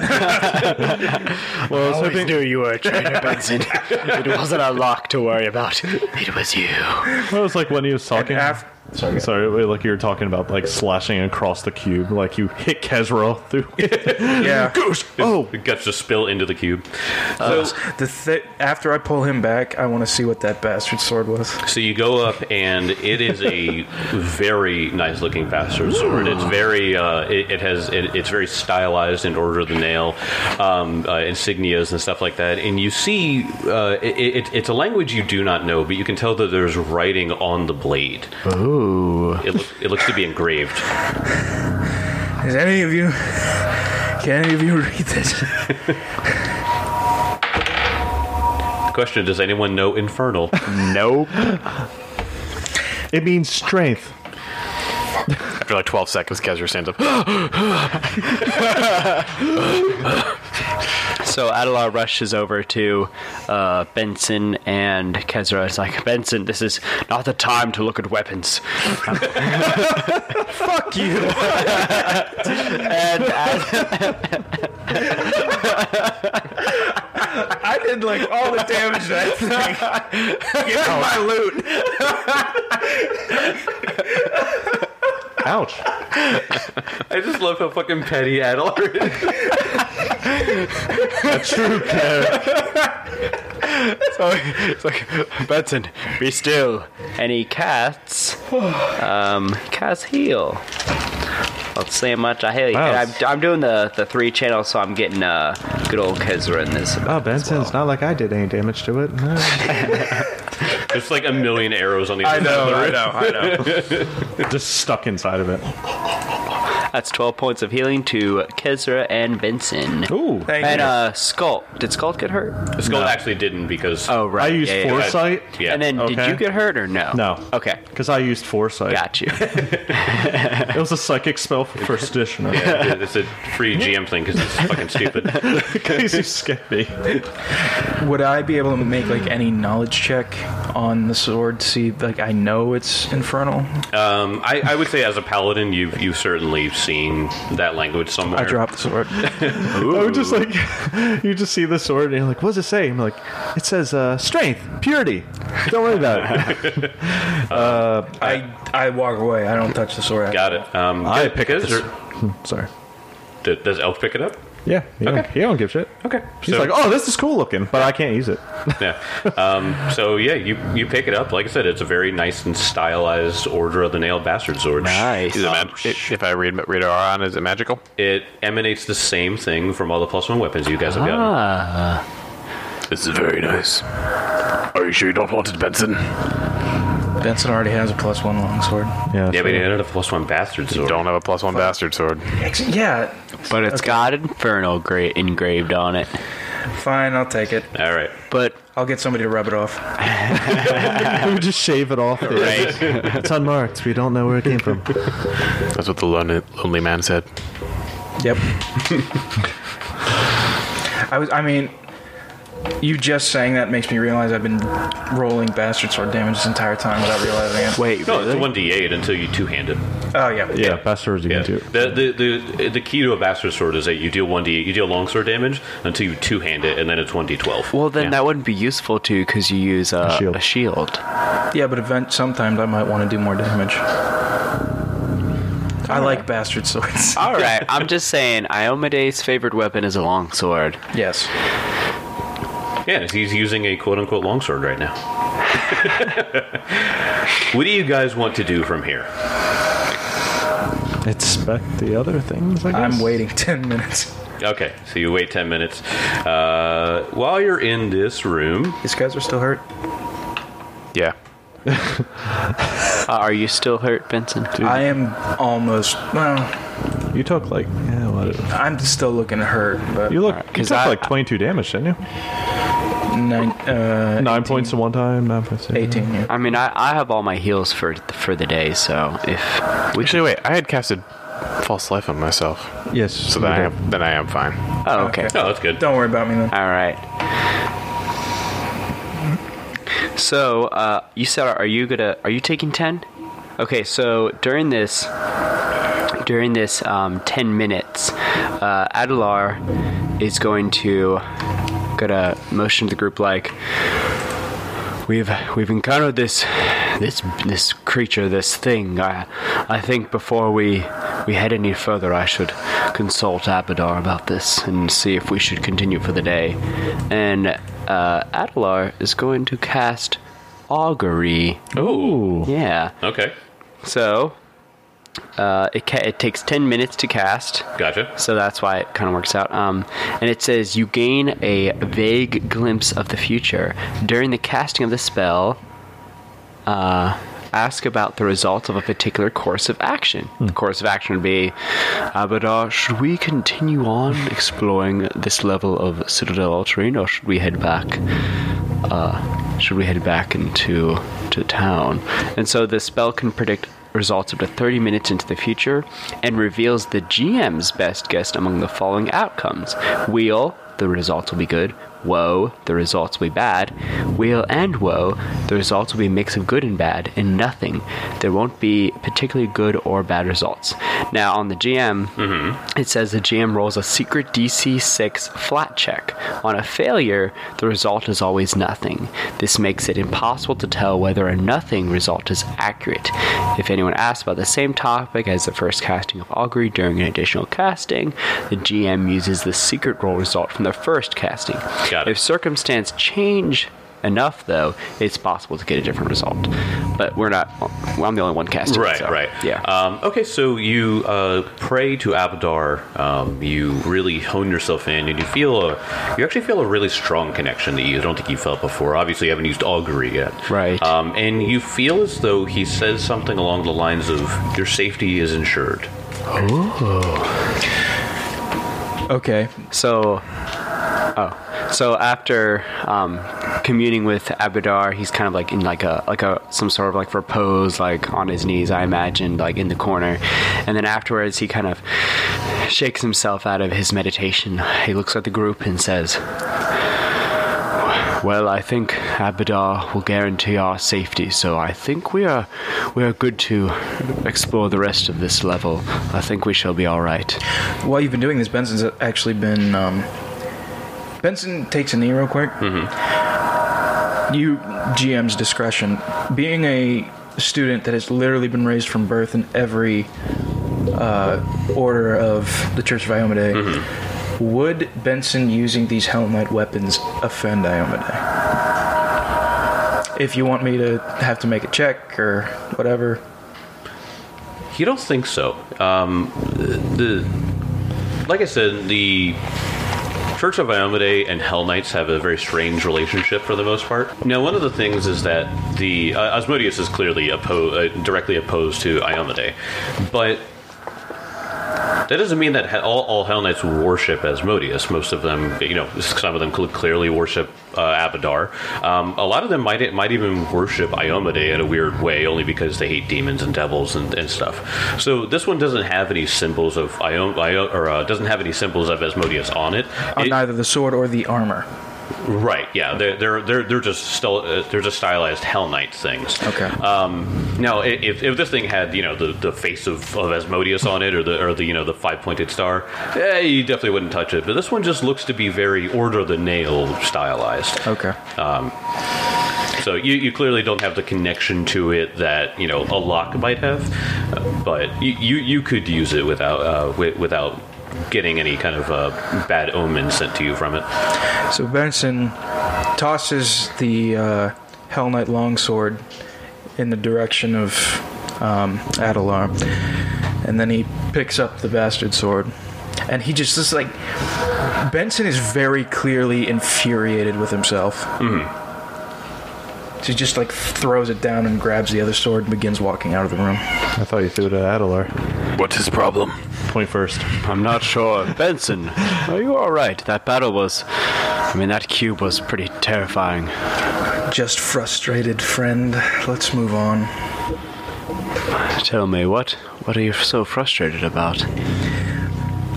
S5: Well, I
S4: hoping-
S5: knew you were a trainer, Benson. it wasn't a lock to worry about. It was you.
S4: Well, it was like when he was talking.
S2: af-
S4: sorry, sorry. wait, Like you were talking about like slashing across the cube. Like you hit Kezra through.
S2: yeah.
S4: oh,
S1: the guts just spill into the cube. so,
S2: The th- after I pull him back, I want to see what that bastard sword was.
S1: so you go up, and it is a very nice looking bastard sword. It's very, uh, it, it has, it, it's very stylized in Order of the Nail, um, uh, insignias and stuff like that. And you see, uh, it, it, it's a language you do not know, but you can tell that there's writing on the blade.
S5: Ooh.
S1: It, look, it looks to be engraved.
S2: Is any of you? Can any of you read this?
S1: Question: Does anyone know Infernal?
S5: Nope.
S4: it means strength.
S5: After like 12 seconds, Kezra stands up.
S3: So Adelar rushes over to uh, Benson and Kezra. is like, Benson, this is not the time to look at weapons.
S2: Fuck you!
S3: And Ad-
S2: I did like all the damage to that thing. Give me my loot.
S4: Ouch.
S1: I just love how fucking petty Adelar is.
S5: Oh,
S3: so it's like, Benson, be still. And he casts, um, cast heal. Let's see how much I heal.
S4: Wow.
S3: And I'm, I'm doing the, the three channels, so I'm getting uh, good old Kezra in this.
S4: Oh, Benson's not like I did any damage to it. No.
S1: There's like a million arrows on the. other side of the
S2: I
S1: room.
S2: know, I know.
S4: Just stuck inside of it.
S3: That's 12 points of healing to Kezra and Benson.
S4: Ooh.
S2: Thank
S3: And
S2: you.
S3: uh, Sculpt. Did Sculpt get hurt?
S1: The skull actually didn't because
S3: Oh,
S4: I
S3: right.
S4: used
S3: Yeah, yeah, yeah.
S4: foresight.
S1: yeah.
S3: And then, did
S4: Okay.
S3: you get hurt or no?
S4: No.
S3: Okay.
S4: Because I used foresight.
S3: Got you.
S4: It was a psychic spell for first edition.
S1: Yeah, it's a free GM thing because it's fucking stupid.
S4: Crazy scary.
S2: Would I be able to make like any knowledge check on the sword? to See, like I know it's infernal.
S1: Um, I, I would say, as a paladin, you've you've certainly seen that language somewhere.
S2: I dropped the sword.
S4: I would just like, you just see the sword and you're like, what does it say? I'm like, it says uh, strength, purity. Don't worry about it.
S2: I I walk away. I don't touch the sword.
S1: Got it. Um,
S4: I
S1: good,
S4: pick up
S1: good.
S4: this. Hmm, Sorry.
S1: Th- Does Elf pick it up?
S4: Yeah. He,
S1: Okay.
S4: don't, he don't give a shit.
S1: Okay.
S4: He's
S1: so,
S4: like, oh, this is cool looking, but I can't use it.
S1: yeah. Um, so yeah, you you pick it up. Like I said, it's a very nice and stylized Order of the Nailed Bastard sword.
S3: Nice.
S5: Is it mag- if if I read read Aron, is it magical?
S1: It emanates the same thing from all the plus one weapons you guys have gotten.
S3: Ah.
S5: This is very nice. Are you sure you don't want it, Benson?
S2: Benson already has a plus one longsword.
S4: Yeah,
S1: Yeah,
S4: so-
S1: but he ended up plus one bastard sword.
S5: Don't have a plus one bastard sword.
S2: Yeah,
S3: But it's got Infernal gra- engraved on it.
S2: fine, I'll take it.
S1: All right.
S3: But
S2: I'll get somebody to rub it off.
S4: We would just shave it off. It's unmarked. We don't know where it came from.
S5: That's what the lonely, lonely man said.
S2: Yep. I was. I mean, you just saying that makes me realize I've been rolling bastard sword damage this entire time without realizing it.
S3: wait,
S1: No,
S3: really?
S1: it's one d eight until you two hand it.
S2: Oh yeah.
S4: Yeah, Bastard's you
S1: Yeah.
S4: can do.
S1: The, the the the key to a bastard sword is that you deal one d eight, you deal longsword damage until you two hand it, and then it's one d twelve.
S3: Well, then that wouldn't be useful too, because you use uh, a, shield.
S4: shield.
S2: Yeah, but event, sometimes I might want to do more damage. I like bastard swords.
S3: All right, I'm just saying, Iomade's favorite weapon is a longsword.
S2: yes.
S1: Yeah, he's using a quote unquote longsword right now. what do you guys want to do from here?
S4: Expect the other things. I guess.
S2: I'm waiting ten minutes.
S1: Okay, so you wait 10 minutes. Uh, while you're in this room,
S2: These guys are still hurt.
S5: Yeah.
S3: Uh, are you still hurt, Benson?
S2: I am almost. Well,
S4: You took like yeah, what?
S2: I'm still looking hurt, but
S4: You look.
S3: Alright,
S4: you
S3: 'cause
S4: took
S3: I-
S4: like 22 damage, didn't you?
S2: nine, uh,
S4: Nine points in one time. Nine points. in-
S2: eighteen. Yeah.
S3: I mean, I, I have all my heals for for the day, so if we
S5: Actually, wait. I had casted false life on myself,
S4: Yes.
S5: so then I am then I am fine.
S3: oh okay,
S1: oh, that's good.
S2: Don't worry about me then.
S3: all right. So uh, you said, are you gonna are you taking ten? Okay, so during this during this um, ten minutes, uh, Adelar is going to gonna motion to the group like We've we've encountered this this this creature, this thing. I I think before we we head any further, I should consult Abadar about this and see if we should continue for the day. And uh, Adelar is going to cast augury.
S1: Ooh.
S3: Yeah.
S1: Okay,
S3: So uh, it ca- it takes ten minutes to cast.
S1: gotcha.
S3: So that's why it kind of works out. Um, and it says you gain a vague glimpse of the future during the casting of the spell. Uh, ask about the result of a particular course of action. The course of action would be, Abadar, should we continue on exploring this level of Citadel Altarine, or should we head back? Uh, should we head back into to town? And so the spell can predict results up to 30 minutes into the future and reveals the GM's best guess among the following outcomes Wheel, the results will be good. Woe, the results will be bad. Wheel and woe, the results will be a mix of good and bad, and nothing. There won't be particularly good or bad results. Now, on the GM, it says the GM rolls a secret DC 6 flat check. On a failure, the result is always nothing. This makes it impossible to tell whether a nothing result is accurate. If anyone asks about the same topic as the first casting of Augury during an additional casting, the GM uses the secret roll result from the first casting.
S1: Got it.
S3: If circumstance change enough, though, it's possible to get a different result. But we're not, well, I'm the only one casting.
S1: Right,
S3: so,
S1: right.
S3: Yeah.
S1: Um, okay, so you uh, pray to Abadar. Um, you really hone yourself in, and you feel a, you actually feel a really strong connection that you don't think you felt before. Obviously, you haven't used augury yet,
S3: Right.
S1: Um, and you feel as though he says something along the lines of "Your safety is insured."
S2: Okay.
S3: So, oh, so after um, communing with Abadar, he's kind of like in like a like a some sort of like repose, like on his knees, I imagine, like in the corner, and then afterwards he kind of shakes himself out of his meditation. He looks at the group and says. Well, I think Abadar will guarantee our safety, so I think we are we are good to explore the rest of this level. I think we shall be all right.
S2: While you've been doing this, Benson's actually been. Um, Benson takes a knee real quick. You GM's discretion. Being a student that has literally been raised from birth in every uh, order of the Church of Iomade, would Benson using these helmet weapons offend Iomade? If you want me to have to make a check or whatever,
S1: You don't think so. Um, the like I said, the Church of Iomade and Hell Knights have a very strange relationship for the most part. Now, one of the things is that the uh, Osmodius is clearly oppo- uh, directly opposed to Iomade, but that doesn't mean that he- all, all Hell Knights worship Asmodeus. Most of them, you know, some of them cl- clearly worship uh, Abadar. Um, a lot of them might might even worship Iomade in a weird way, only because they hate demons and devils and, and stuff. So this one doesn't have any symbols of Iom, Io- or uh, doesn't have any symbols of Asmodeus on it.
S2: on
S1: It-
S2: neither the sword or the armor.
S1: Right. Yeah. They're they're they're, they're just still uh, they're just stylized Hell Knight things.
S2: Okay.
S1: Um, now, i- if, if this thing had you know the, the face of, of Asmodeus on it, or the or the you know the five pointed star, eh, you definitely wouldn't touch it. But this one just looks to be very Order of the Nail stylized.
S2: Okay.
S1: So you, you clearly don't have the connection to it that you know a lock might have, uh, but you, you, you could use it without uh, wi- without getting any kind of uh, bad omen sent to you from it.
S2: So Benson tosses the uh, Hell Knight longsword in the direction of um, Adalar, and then he picks up the bastard sword, and he just is like Benson is very clearly infuriated with himself. Mm-hmm. So he just like throws it down and grabs the other sword and begins walking out of the room.
S4: I thought you threw it at Adelar.
S5: What's his problem?
S4: Point first.
S3: I'm not sure. Benson, are you all right? That battle was. I mean, that cube was pretty terrifying.
S2: Just frustrated, friend. Let's move on.
S3: Tell me, what what are you so frustrated about?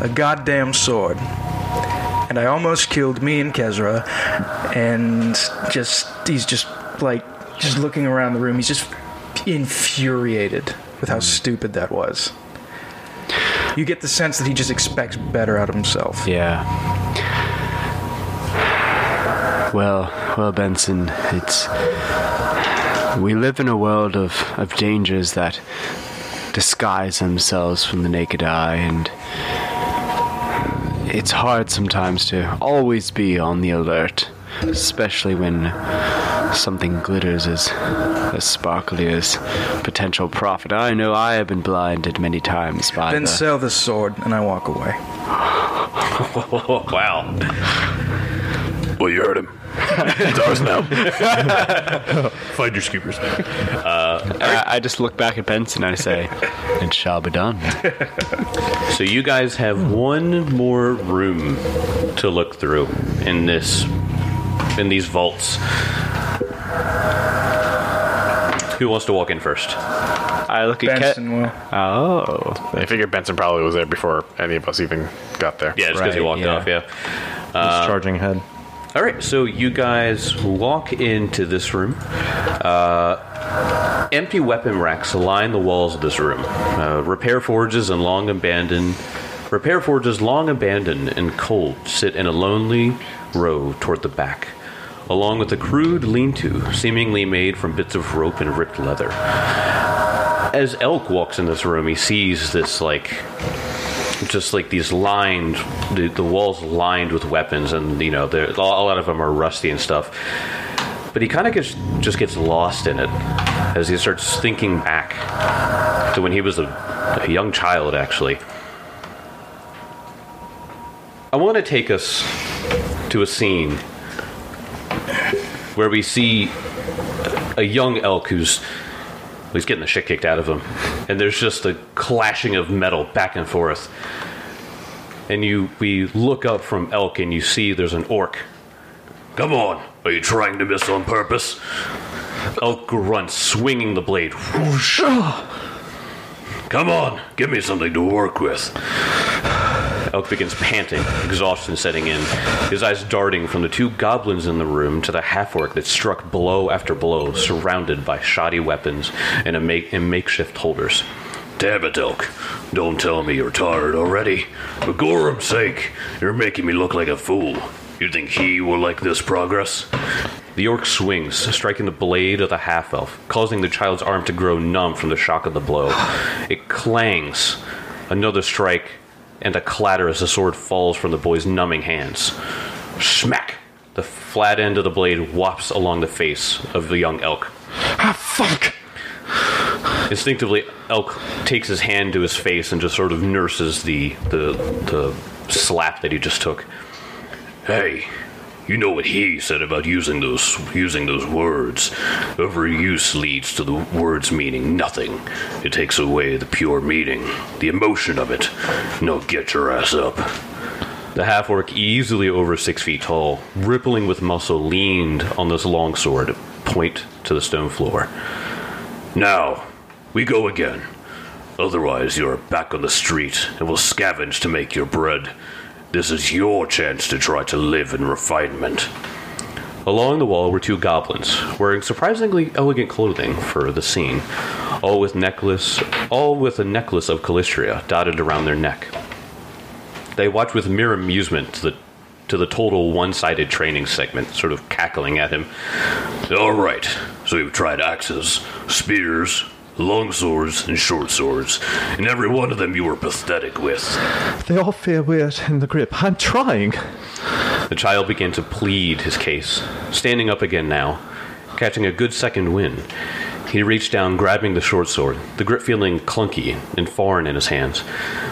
S2: a goddamn sword. And I almost killed me and Kezra. And just, he's just like, just looking around the room, he's just infuriated with how stupid that was. You get the sense that he just expects better out of himself.
S3: Yeah. Well, well, Benson, it's we live in a world of of dangers that disguise themselves from the naked eye, and it's hard sometimes to always be on the alert, especially when something glitters as as sparkly as potential profit. I know I have been blinded many times by
S2: Then
S3: the-
S2: sell the sword, and I walk away.
S1: wow.
S5: Well, you heard him. It's ours now.
S4: Find your scoopers.
S3: Uh, I, I just look back at Benson and I say, "It shall be done."
S1: So you guys have one more room to look through in this in these vaults. Who wants to walk in first?
S3: I look at
S2: Benson
S3: Ket.
S2: will.
S3: Oh,
S5: I figured Benson probably was there before any of us even got there.
S1: Yeah, just because he
S3: Right,
S1: walked
S3: yeah.
S1: off. Yeah.
S4: Just charging ahead.
S1: All right. So you guys walk into this room. Uh, empty weapon racks line the walls of this room. Uh, repair forges and long abandoned. Repair forges long abandoned and cold sit in a lonely row toward the back. Along with a crude lean to, seemingly made from bits of rope and ripped leather. As Elk walks in this room, he sees this, like, just like these lined the, the walls lined with weapons and you know there- a lot of them are rusty and stuff but he kind of gets just gets lost in it as he starts thinking back to when he was a, a young child actually i want to take us to a scene where we see a young elk who's He's getting the shit kicked out of him. And there's just a clashing of metal back and forth. And you we look up from Elk and you see there's an orc. Come on, are you trying to miss on purpose? Elk grunts, swinging the blade. Whoosh. Come on, give me something to work with. Elk begins panting, exhaustion setting in, his eyes darting from the two goblins in the room to the half orc that struck blow after blow, surrounded by shoddy weapons and, a make- and makeshift holders. Damn it, Elk. Don't tell me you're tired already. For Gorham's sake, you're making me look like a fool. You think he will like this progress? The orc swings, striking the blade of the half elf, causing the child's arm to grow numb from the shock of the blow. It clangs. Another strike, and a clatter as the sword falls from the boy's numbing hands. Smack! The flat end of the blade whops along the face of the young elk.
S4: Ah, fuck!
S1: Instinctively, Elk takes his hand to his face and just sort of nurses the the, the slap that he just took.
S6: Hey, you know what he said about using those using those words. Overuse leads to the words meaning nothing. It takes away the pure meaning, the emotion of it. No, get your ass up.
S1: The half orc, easily over six feet tall, rippling with muscle, leaned on this longsword, point to the stone floor.
S6: Now, we go again. Otherwise, you're back on the street and will scavenge to make your bread. This is your chance to try to live in refinement.
S1: Along the wall were two goblins, wearing surprisingly elegant clothing for the scene, all with necklace, all with a necklace of Calistria dotted around their neck. They watched with mere amusement to the to the total one-sided training segment, sort of cackling at him.
S6: All right, so we've tried axes, spears, long swords, and short swords, and every one of them you were pathetic with.
S4: They all feel weird in the grip. I'm trying.
S1: The child began to plead his case, standing up again now, catching a good second wind. He reached down, grabbing the short sword, the grip feeling clunky and foreign in his hands.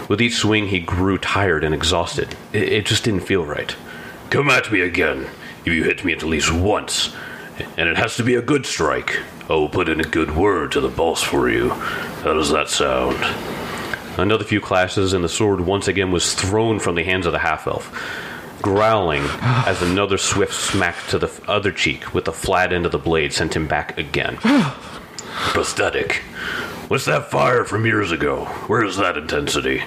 S1: With each swing, he grew tired and exhausted. It, it just didn't feel right.
S6: Come at me again if you hit me at least once, and it has to be a good strike. I
S1: Oh,
S6: will put in a good word to the boss for you. How does that sound?
S1: Another few clashes, and the sword once again was thrown from the hands of the half elf, growling as another swift smack to the other cheek with the flat end of the blade sent him back again.
S6: Pathetic. What's that fire from years ago? Where is that intensity?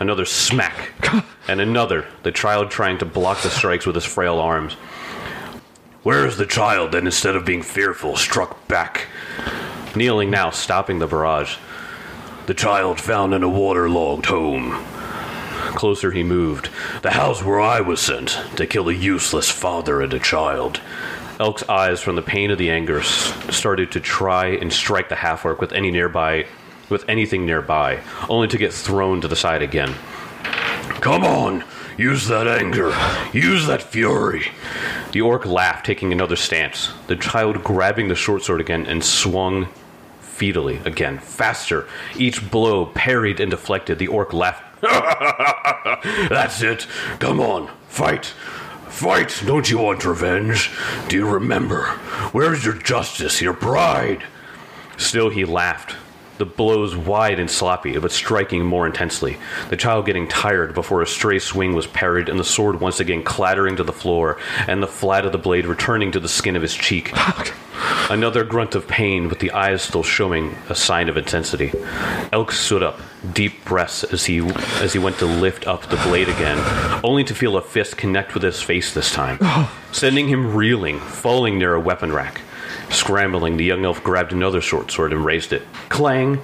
S1: Another smack, and another, the child trying to block the strikes with his frail arms.
S6: Where is the child that instead of being fearful struck back?
S1: Kneeling now, stopping the barrage.
S6: The child found in a waterlogged home.
S1: Closer he moved.
S6: The house where I was sent to kill a useless father and a child.
S1: Elk's eyes, from the pain of the anger, s- started to try and strike the half orc with any nearby, with anything nearby, only to get thrown to the side again.
S6: Come on! Use that anger! Use that fury!
S1: The orc laughed, taking another stance. The child grabbing the short sword again and swung feebly again, faster. Each blow parried and deflected. The orc laughed.
S6: That's it! Come on! Fight! Fight! Don't you want revenge? Do you remember? Where's your justice, your pride?
S1: Still, he laughed. The blows wide and sloppy, but striking more intensely. The child getting tired before a stray swing was parried, and the sword once again clattering to the floor, and the flat of the blade returning to the skin of his cheek. Another grunt of pain, with the eyes still showing a sign of intensity. Elk stood up, deep breaths as he as he went to lift up the blade again, only to feel a fist connect with his face this time, sending him reeling, falling near a weapon rack. Scrambling, the young elf grabbed another short sword and raised it. Clang!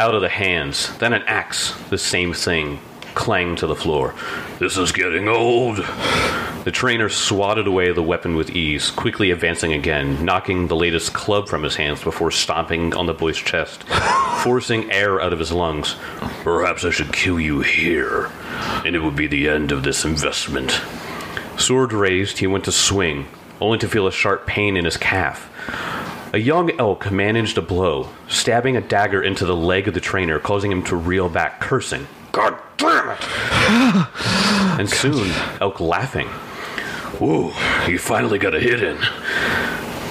S1: Out of the hands, then an axe, the same thing, clang to the floor.
S6: This is getting old.
S1: The trainer swatted away the weapon with ease, quickly advancing again, knocking the latest club from his hands before stomping on the boy's chest, forcing air out of his lungs.
S6: Perhaps I should kill you here, and it would be the end of this investment.
S1: Sword raised, he went to swing, only to feel a sharp pain in his calf. A young elk managed a blow, stabbing a dagger into the leg of the trainer, causing him to reel back, cursing.
S6: God damn it!
S1: And soon, elk laughing.
S6: Whoa, you finally got a hit in.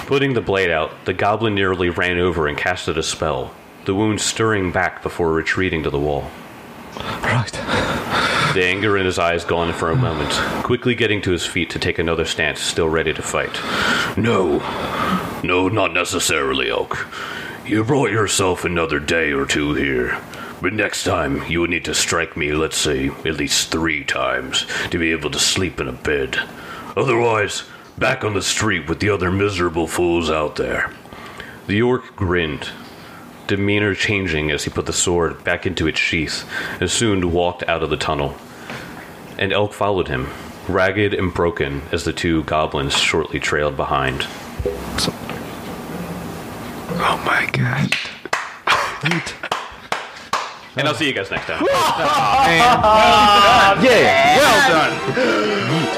S1: Putting the blade out, the goblin nearly ran over and casted a spell, the wound stirring back before retreating to the wall.
S4: Right.
S1: The anger in his eyes gone for a moment, quickly getting to his feet to take another stance, still ready to fight.
S6: No. No, not necessarily, Oak. You brought yourself another day or two here. But next time, you will need to strike me, let's say, at least three times to be able to sleep in a bed. Otherwise, back on the street with the other miserable fools out there.
S1: The orc grinned, demeanor changing as he put the sword back into its sheath, and soon walked out of the tunnel. And Elk followed him, ragged and broken, as the two goblins shortly trailed behind.
S3: Oh my god.
S1: And I'll see you guys next time.
S4: Yeah.
S5: Well done.